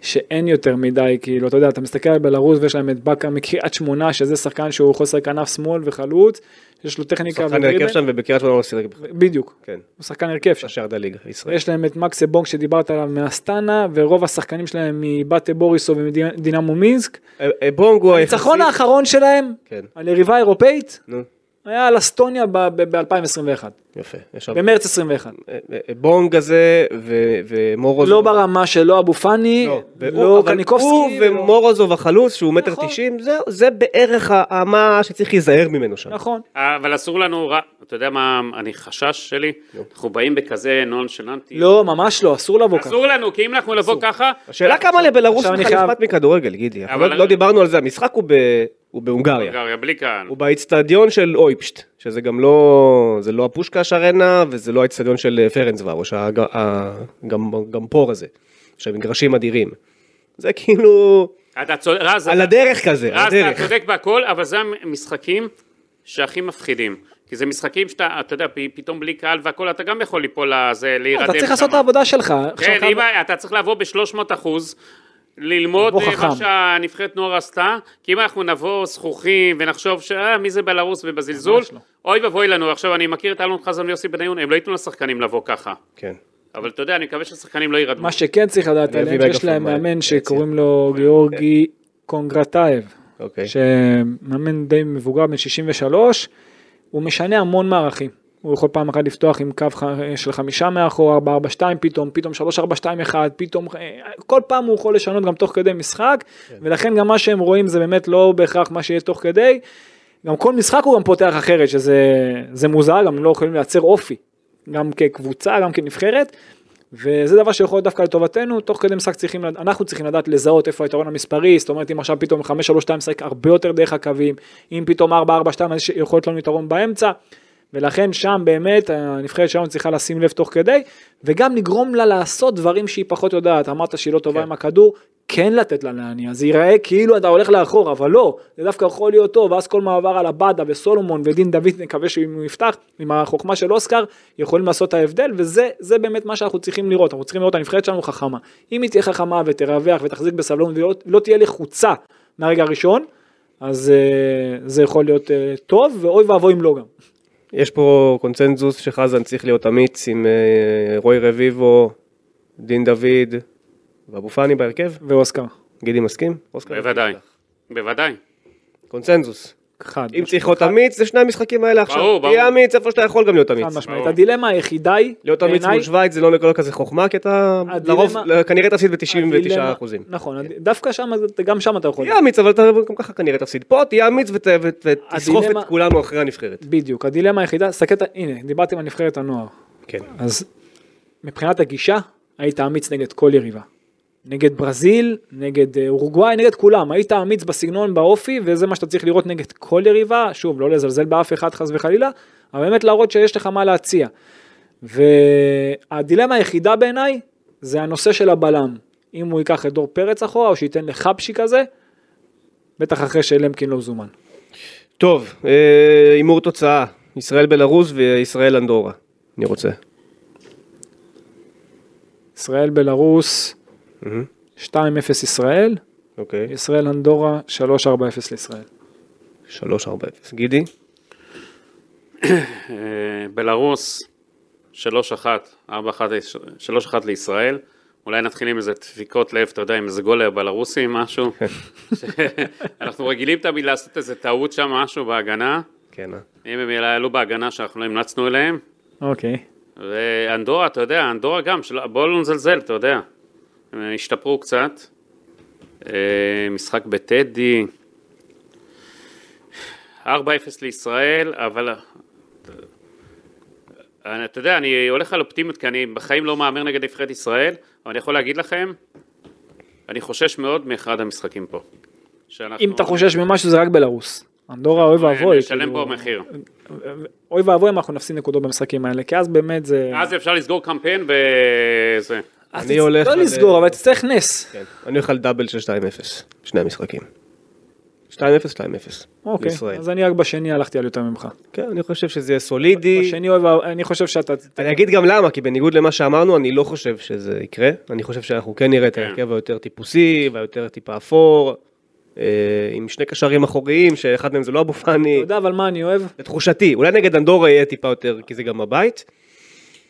Speaker 3: שאין יותר מדי, כאילו, אתה יודע, אתה מסתכל על בלרוס ויש להם את באקה מקריית שמונה, שזה שחקן שהוא חוסר כנף שמאל וחלוץ, יש לו טכניקה
Speaker 2: שחקן הרכב שם ובקריית שמונה לא שיחק בכלל.
Speaker 3: בדיוק,
Speaker 2: כן.
Speaker 3: הוא שחקן הרכב שם.
Speaker 2: שער דליגה, ישראל.
Speaker 3: יש להם את מקסה בונג שדיברת עליו מאסטנה, ורוב השחקנים שלהם מבאטה בוריסו ומדינמו מינסק.
Speaker 2: אה, אה, בונג הוא היחסי...
Speaker 3: הניצחון האחרון שלהם,
Speaker 2: כן.
Speaker 3: על יריבה אירופאית,
Speaker 2: נו,
Speaker 3: היה על אסטוניה ב-2021,
Speaker 2: יפה. יש שם-
Speaker 3: במרץ 21.
Speaker 2: אה, אה, בונג הזה ו- ומורוזוב.
Speaker 3: לא ברמה שלא אבו פאני,
Speaker 2: לא, והוא-
Speaker 3: לא
Speaker 2: אבל
Speaker 3: קניקובסקי,
Speaker 2: הוא ומורוזוב החלוץ שהוא מטר
Speaker 3: נכון.
Speaker 2: תשעים, זהו, זה בערך ה- ה- מה שצריך להיזהר ממנו שם.
Speaker 3: נכון,
Speaker 4: אה, אבל אסור לנו, רע- אתה יודע מה, אני חשש שלי? אנחנו באים בכזה נונשלנטי.
Speaker 3: לא ממש לא, אסור לבוא ככה,
Speaker 4: אסור לנו, כי אם אנחנו נבוא ככה,
Speaker 2: השאלה כמה לבלארוס
Speaker 3: עכשיו אני
Speaker 2: בכלל
Speaker 3: חייב-
Speaker 2: אכפת מכדורגל, גידי. אנחנו
Speaker 4: אבל-
Speaker 2: לא- לא דיברנו על זה, המשחק הוא ב- הוא בהונגריה.
Speaker 4: הונגריה, בלי קהל.
Speaker 2: הוא באיצטדיון של אויפשט, שזה גם לא, זה לא הפושקש ארנה וזה לא האיצטדיון של פרנצוורוש, גם פור הזה, שהמגרשים אדירים. זה כאילו,
Speaker 4: אתה צודק, רז,
Speaker 2: על
Speaker 4: אתה-
Speaker 2: הדרך כזה, על
Speaker 4: רז, אה, אתה
Speaker 2: הדרך.
Speaker 4: צודק בהכל, אבל זה המשחקים שהכי מפחידים. כי זה משחקים שאתה, אתה יודע, פ- פתאום בלי קהל והכל, אתה גם יכול ליפול לזה, להירדם
Speaker 3: אתה צריך
Speaker 4: שם.
Speaker 3: לעשות את העבודה שלך, עכשיו
Speaker 4: כן,
Speaker 3: חייב-
Speaker 4: אם אתה צריך לבוא ב-300 אחוז, ללמוד
Speaker 3: לבוא
Speaker 4: אה, מה
Speaker 3: חכם.
Speaker 4: שהנבחרת נוער עשתה, כי אם אנחנו נבוא זכוכים ונחשוב שאה, מי זה בלרוס ובזלזול,
Speaker 3: ממש לא.
Speaker 4: אוי ואבוי לנו. עכשיו, אני מכיר את אלון חזן ויוסי בניון, הם לא ייתנו לשחקנים לבוא ככה.
Speaker 2: כן.
Speaker 4: אבל אתה יודע, אני מקווה שהשחקנים לא יירדמו.
Speaker 3: מה שכן צריך לדעת
Speaker 2: אני אביא
Speaker 3: עליהם, שיש
Speaker 2: מגפון כן,
Speaker 3: להם
Speaker 2: ב-
Speaker 3: מאמן
Speaker 2: ביציע.
Speaker 3: שקוראים לו
Speaker 4: אוקיי.
Speaker 3: גיאורגי קונגרטייב,
Speaker 2: אוקיי.
Speaker 3: שמאמן די מבוגר, בן 63, הוא משנה המון מערכים. הוא יכול פעם אחת לפתוח עם קו ח- של חמישה מאחור, 442 פתאום, פתאום 3421, פתאום, אה, כל פעם הוא יכול לשנות גם תוך כדי משחק, ולכן גם מה שהם רואים זה באמת לא בהכרח מה שיהיה תוך כדי. גם כל משחק הוא גם פותח אחרת, שזה זה מוזר, גם לא יכולים לייצר אופי, גם כקבוצה, גם כנבחרת, וזה דבר שיכול להיות דווקא לטובתנו, תוך כדי משחק צריכים, לד- אנחנו צריכים לדעת לזהות איפה היתרון המספרי, זאת אומרת אם עכשיו פתאום 5-3-2 משחק הרבה יותר דרך הקווים, אם פתאום 4-4-2 אז יש- יכול להיות לנו יתרון באמצע, ולכן שם באמת הנבחרת שלנו צריכה לשים לב תוך כדי, וגם לגרום לה לעשות דברים שהיא פחות יודעת, אמרת שהיא לא טובה עם הכדור, כן לתת לה להניע, זה ייראה כאילו אתה הולך לאחור, אבל לא, זה דווקא יכול להיות טוב, ואז כל מעבר על עבדה וסולומון ודין דוד, נקווה שאם הוא יפתח, עם החוכמה של אוסקר, יכולים לעשות את ההבדל, וזה זה באמת מה שאנחנו צריכים לראות, אנחנו צריכים לראות את הנבחרת שלנו חכמה. אם היא תהיה חכמה ותרווח ותחזיק בסבלנות ולא לא תהיה לחוצה מהרגע הראשון, אז אה, זה יכול להיות אה, טוב, ואוי ואבוי אם לא גם.
Speaker 2: יש פה קונצנזוס שחזן צריך להיות אמיץ עם אה, רוי רביבו, דין דוד ואבו פאני בהרכב.
Speaker 3: ואוסקר,
Speaker 2: גידי מסכים? אוסקר?
Speaker 4: בוודאי, בוודאי.
Speaker 2: קונצנזוס.
Speaker 3: חד.
Speaker 2: אם צריך להיות אמיץ, זה שני המשחקים האלה עכשיו.
Speaker 4: ברור, ברור.
Speaker 2: תהיה אמיץ איפה שאתה יכול גם להיות אמיץ.
Speaker 3: חד משמעית.
Speaker 4: ברור.
Speaker 3: הדילמה היחידה היא,
Speaker 2: להיות אמיץ
Speaker 3: בעיניי,
Speaker 2: מול שווייץ זה לא לא כזה חוכמה, כי אתה
Speaker 3: הדילמה-
Speaker 2: לרוב כנראה תפסיד
Speaker 3: הדילמה-
Speaker 2: ב-99 אחוזים.
Speaker 3: נכון, הד- דווקא שם, גם שם אתה יכול.
Speaker 2: תהיה אמיץ, אבל אתה גם ככה כנראה תפסיד. פה תהיה אמיץ ות- ות- ותסחוף
Speaker 3: הדילמה-
Speaker 2: את כולנו אחרי הנבחרת.
Speaker 3: בדיוק, הדילמה היחידה, סתכל, הנה, דיברתי עם הנבחרת הנוער.
Speaker 2: כן.
Speaker 3: אז מבחינת הגישה, היית אמיץ נגד כל יריבה. נגד ברזיל, נגד אה, אורוגוואי, נגד כולם. היית אמיץ בסגנון, באופי, וזה מה שאתה צריך לראות נגד כל יריבה. שוב, לא לזלזל באף אחד חס וחלילה, אבל באמת להראות שיש לך מה להציע. והדילמה היחידה בעיניי, זה הנושא של הבלם. אם הוא ייקח את דור פרץ אחורה, או שייתן לחבשי כזה, בטח אחרי שלמקין לא זומן.
Speaker 2: טוב, אה, הימור תוצאה. ישראל בלרוס וישראל אנדורה, אני רוצה.
Speaker 3: ישראל בלרוס, 2-0 ישראל,
Speaker 2: אוקיי.
Speaker 3: ישראל אנדורה, 3-4-0 לישראל.
Speaker 2: 3-4-0. גידי?
Speaker 4: אה, בלרוס, 3-1, 4-1, 3-1 לישראל. אולי נתחיל עם איזה דפיקות לב, אתה יודע, עם איזה גול בלרוסי, משהו. ש- אנחנו רגילים תמיד לעשות איזה טעות שם, משהו בהגנה.
Speaker 2: כן. אה?
Speaker 4: אם הם יעלו בהגנה שאנחנו לא המלצנו אליהם.
Speaker 3: אוקיי.
Speaker 4: ואנדורה, אתה יודע, אנדורה גם, של... בואו לא נזלזל, אתה יודע. הם השתפרו קצת. אה, משחק בטדי. 4-0 לישראל, אבל... אני, אתה יודע, אני הולך על אופטימיות, כי אני בחיים לא מהמר נגד נבחרת ישראל, אבל אני יכול להגיד לכם, אני חושש מאוד מאחד המשחקים פה. שאנחנו-
Speaker 3: אם אתה חושש ממשהו זה רק בלרוס. אנדורה אוי ואבוי.
Speaker 4: אה, נשלם
Speaker 3: כאילו,
Speaker 4: פה מחיר.
Speaker 3: אוי ואבוי אם אנחנו נפסיד נקודות במשחקים האלה, כי אז באמת זה...
Speaker 4: אז אפשר לסגור קמפיין וזה.
Speaker 3: אז
Speaker 2: אני
Speaker 3: תצ-
Speaker 2: הולך
Speaker 3: לא
Speaker 2: על- אה,
Speaker 3: לסגור, אבל תצטרך נס.
Speaker 2: כן. אני הולך על דאבל של 2-0, שני המשחקים. 2-0, 2-0.
Speaker 3: אוקיי,
Speaker 2: לישראל.
Speaker 3: אז אני רק בשני הלכתי על יותר ממך.
Speaker 2: כן, אני חושב שזה יהיה סולידי.
Speaker 3: בשני אוי ואבוי, אני חושב שאתה...
Speaker 2: אני אגיד גם למה, כי בניגוד למה שאמרנו, אני לא חושב שזה יקרה. אני חושב שאנחנו כן נראה את ההרכב היותר טיפוסי, והיותר טיפה אפור, אה, עם שני קשרים אחוריים, שאחד מהם זה לא אבו
Speaker 3: אתה
Speaker 2: פאני.
Speaker 3: יודע אבל מה אני אוהב?
Speaker 2: לתחושתי, אולי נגד אנדורה יהיה טיפה יותר, כי זה גם הבית.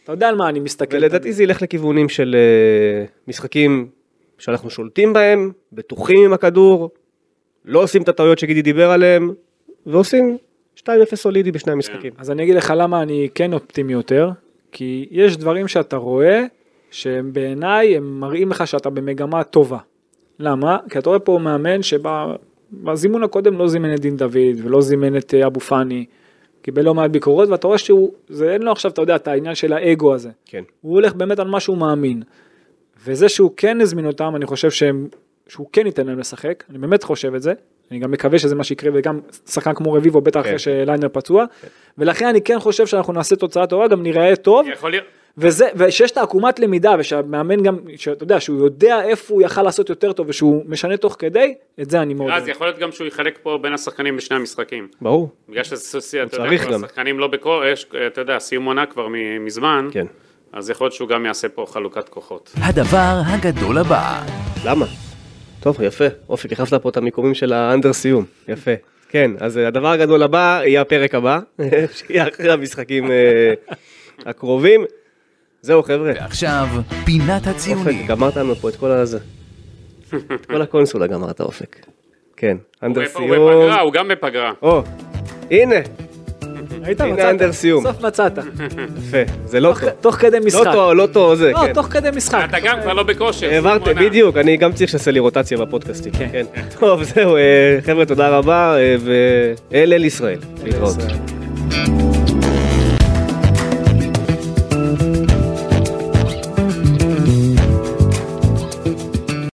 Speaker 3: אתה יודע על מה אני מסתכל.
Speaker 2: ולדעתי זה ילך לכיוונים של אה, משחקים שאנחנו שולטים בהם, בטוחים עם הכדור, לא עושים את הטעויות שגידי דיבר עליהם, ועושים 2-0 סולידי בשני המשחקים.
Speaker 3: אז אני אגיד לך למה אני כן אופטימי יותר, כי יש דברים שאתה רואה, שהם בעיניי, הם מראים לך שאתה במגמה טובה. למה? כי אתה רואה פה מאמן שבא, בזימון הקודם לא זימן את דין דוד, ולא זימן את אה, אבו פאני, קיבל לא מעט ביקורות, ואתה רואה שהוא, זה אין לו עכשיו, אתה יודע, את העניין של האגו הזה.
Speaker 2: כן.
Speaker 3: הוא הולך באמת על מה שהוא מאמין. וזה שהוא כן הזמין אותם, אני חושב שהם, שהוא כן ייתן להם לשחק, אני באמת חושב את זה, אני גם מקווה שזה מה שיקרה, וגם שחקן כמו רביבו, בטח
Speaker 2: כן.
Speaker 3: אחרי שליינר פצוע, ולכן אני כן חושב שאנחנו נעשה תוצאה טובה, גם ניראה טוב,
Speaker 4: יכול להיות.
Speaker 3: וזה, ושיש את העקומת למידה, ושהמאמן גם, שאתה יודע, שהוא יודע איפה הוא יכל לעשות יותר טוב, ושהוא משנה תוך כדי, את זה אני מאוד
Speaker 4: אז
Speaker 3: אוהב.
Speaker 4: יכול להיות גם שהוא יחלק פה בין השחקנים בשני המשחקים.
Speaker 2: ברור.
Speaker 4: בגלל שזה סוסי, אתה יודע,
Speaker 2: צריך
Speaker 4: כבר
Speaker 2: גם.
Speaker 4: השחקנים לא בקור, יש, אתה יודע, סיום עונה כבר מ- מזמן,
Speaker 2: כן.
Speaker 4: אז יכול להיות שהוא גם יעשה פה חלוקת כוחות.
Speaker 1: הדבר הגדול הבא,
Speaker 2: למה? טוב, יפה. אופק, החלפת פה את המיקומים של האנדר סיום. יפה. כן, אז אה, הדבר הגדול הבא יהיה הפרק הבא, שיהיה אחרי המשחקים אה, הקרובים. זהו חבר'ה.
Speaker 1: ועכשיו פינת
Speaker 2: אופק,
Speaker 1: הציונים.
Speaker 2: גמרת לנו פה את כל הזה. את כל הקונסולה גמרת אופק. כן,
Speaker 4: הוא
Speaker 2: אנדר
Speaker 4: בפ- הוא
Speaker 2: סיום.
Speaker 4: בפגרה, הוא גם בפגרה.
Speaker 2: או, הנה,
Speaker 3: ראית?
Speaker 2: הנה
Speaker 3: מצאת.
Speaker 2: אנדר סיום.
Speaker 3: סוף מצאת.
Speaker 2: יפה, זה לא
Speaker 3: תוך-
Speaker 2: טוב.
Speaker 3: תוך כדי
Speaker 2: לא
Speaker 3: משחק.
Speaker 2: טוב, לא טוב, זה,
Speaker 3: לא,
Speaker 2: כן.
Speaker 3: תוך כדי משחק.
Speaker 4: אתה גם כבר לא בכושר.
Speaker 2: העברתם,
Speaker 4: סיום עונה.
Speaker 2: בדיוק, אני גם צריך שיעשה לי רוטציה בפודקאסטים.
Speaker 3: כן.
Speaker 2: כן. טוב, זהו, אה, חבר'ה, תודה רבה, אה, ואל אל ישראל. להתראות.
Speaker 3: בסדר.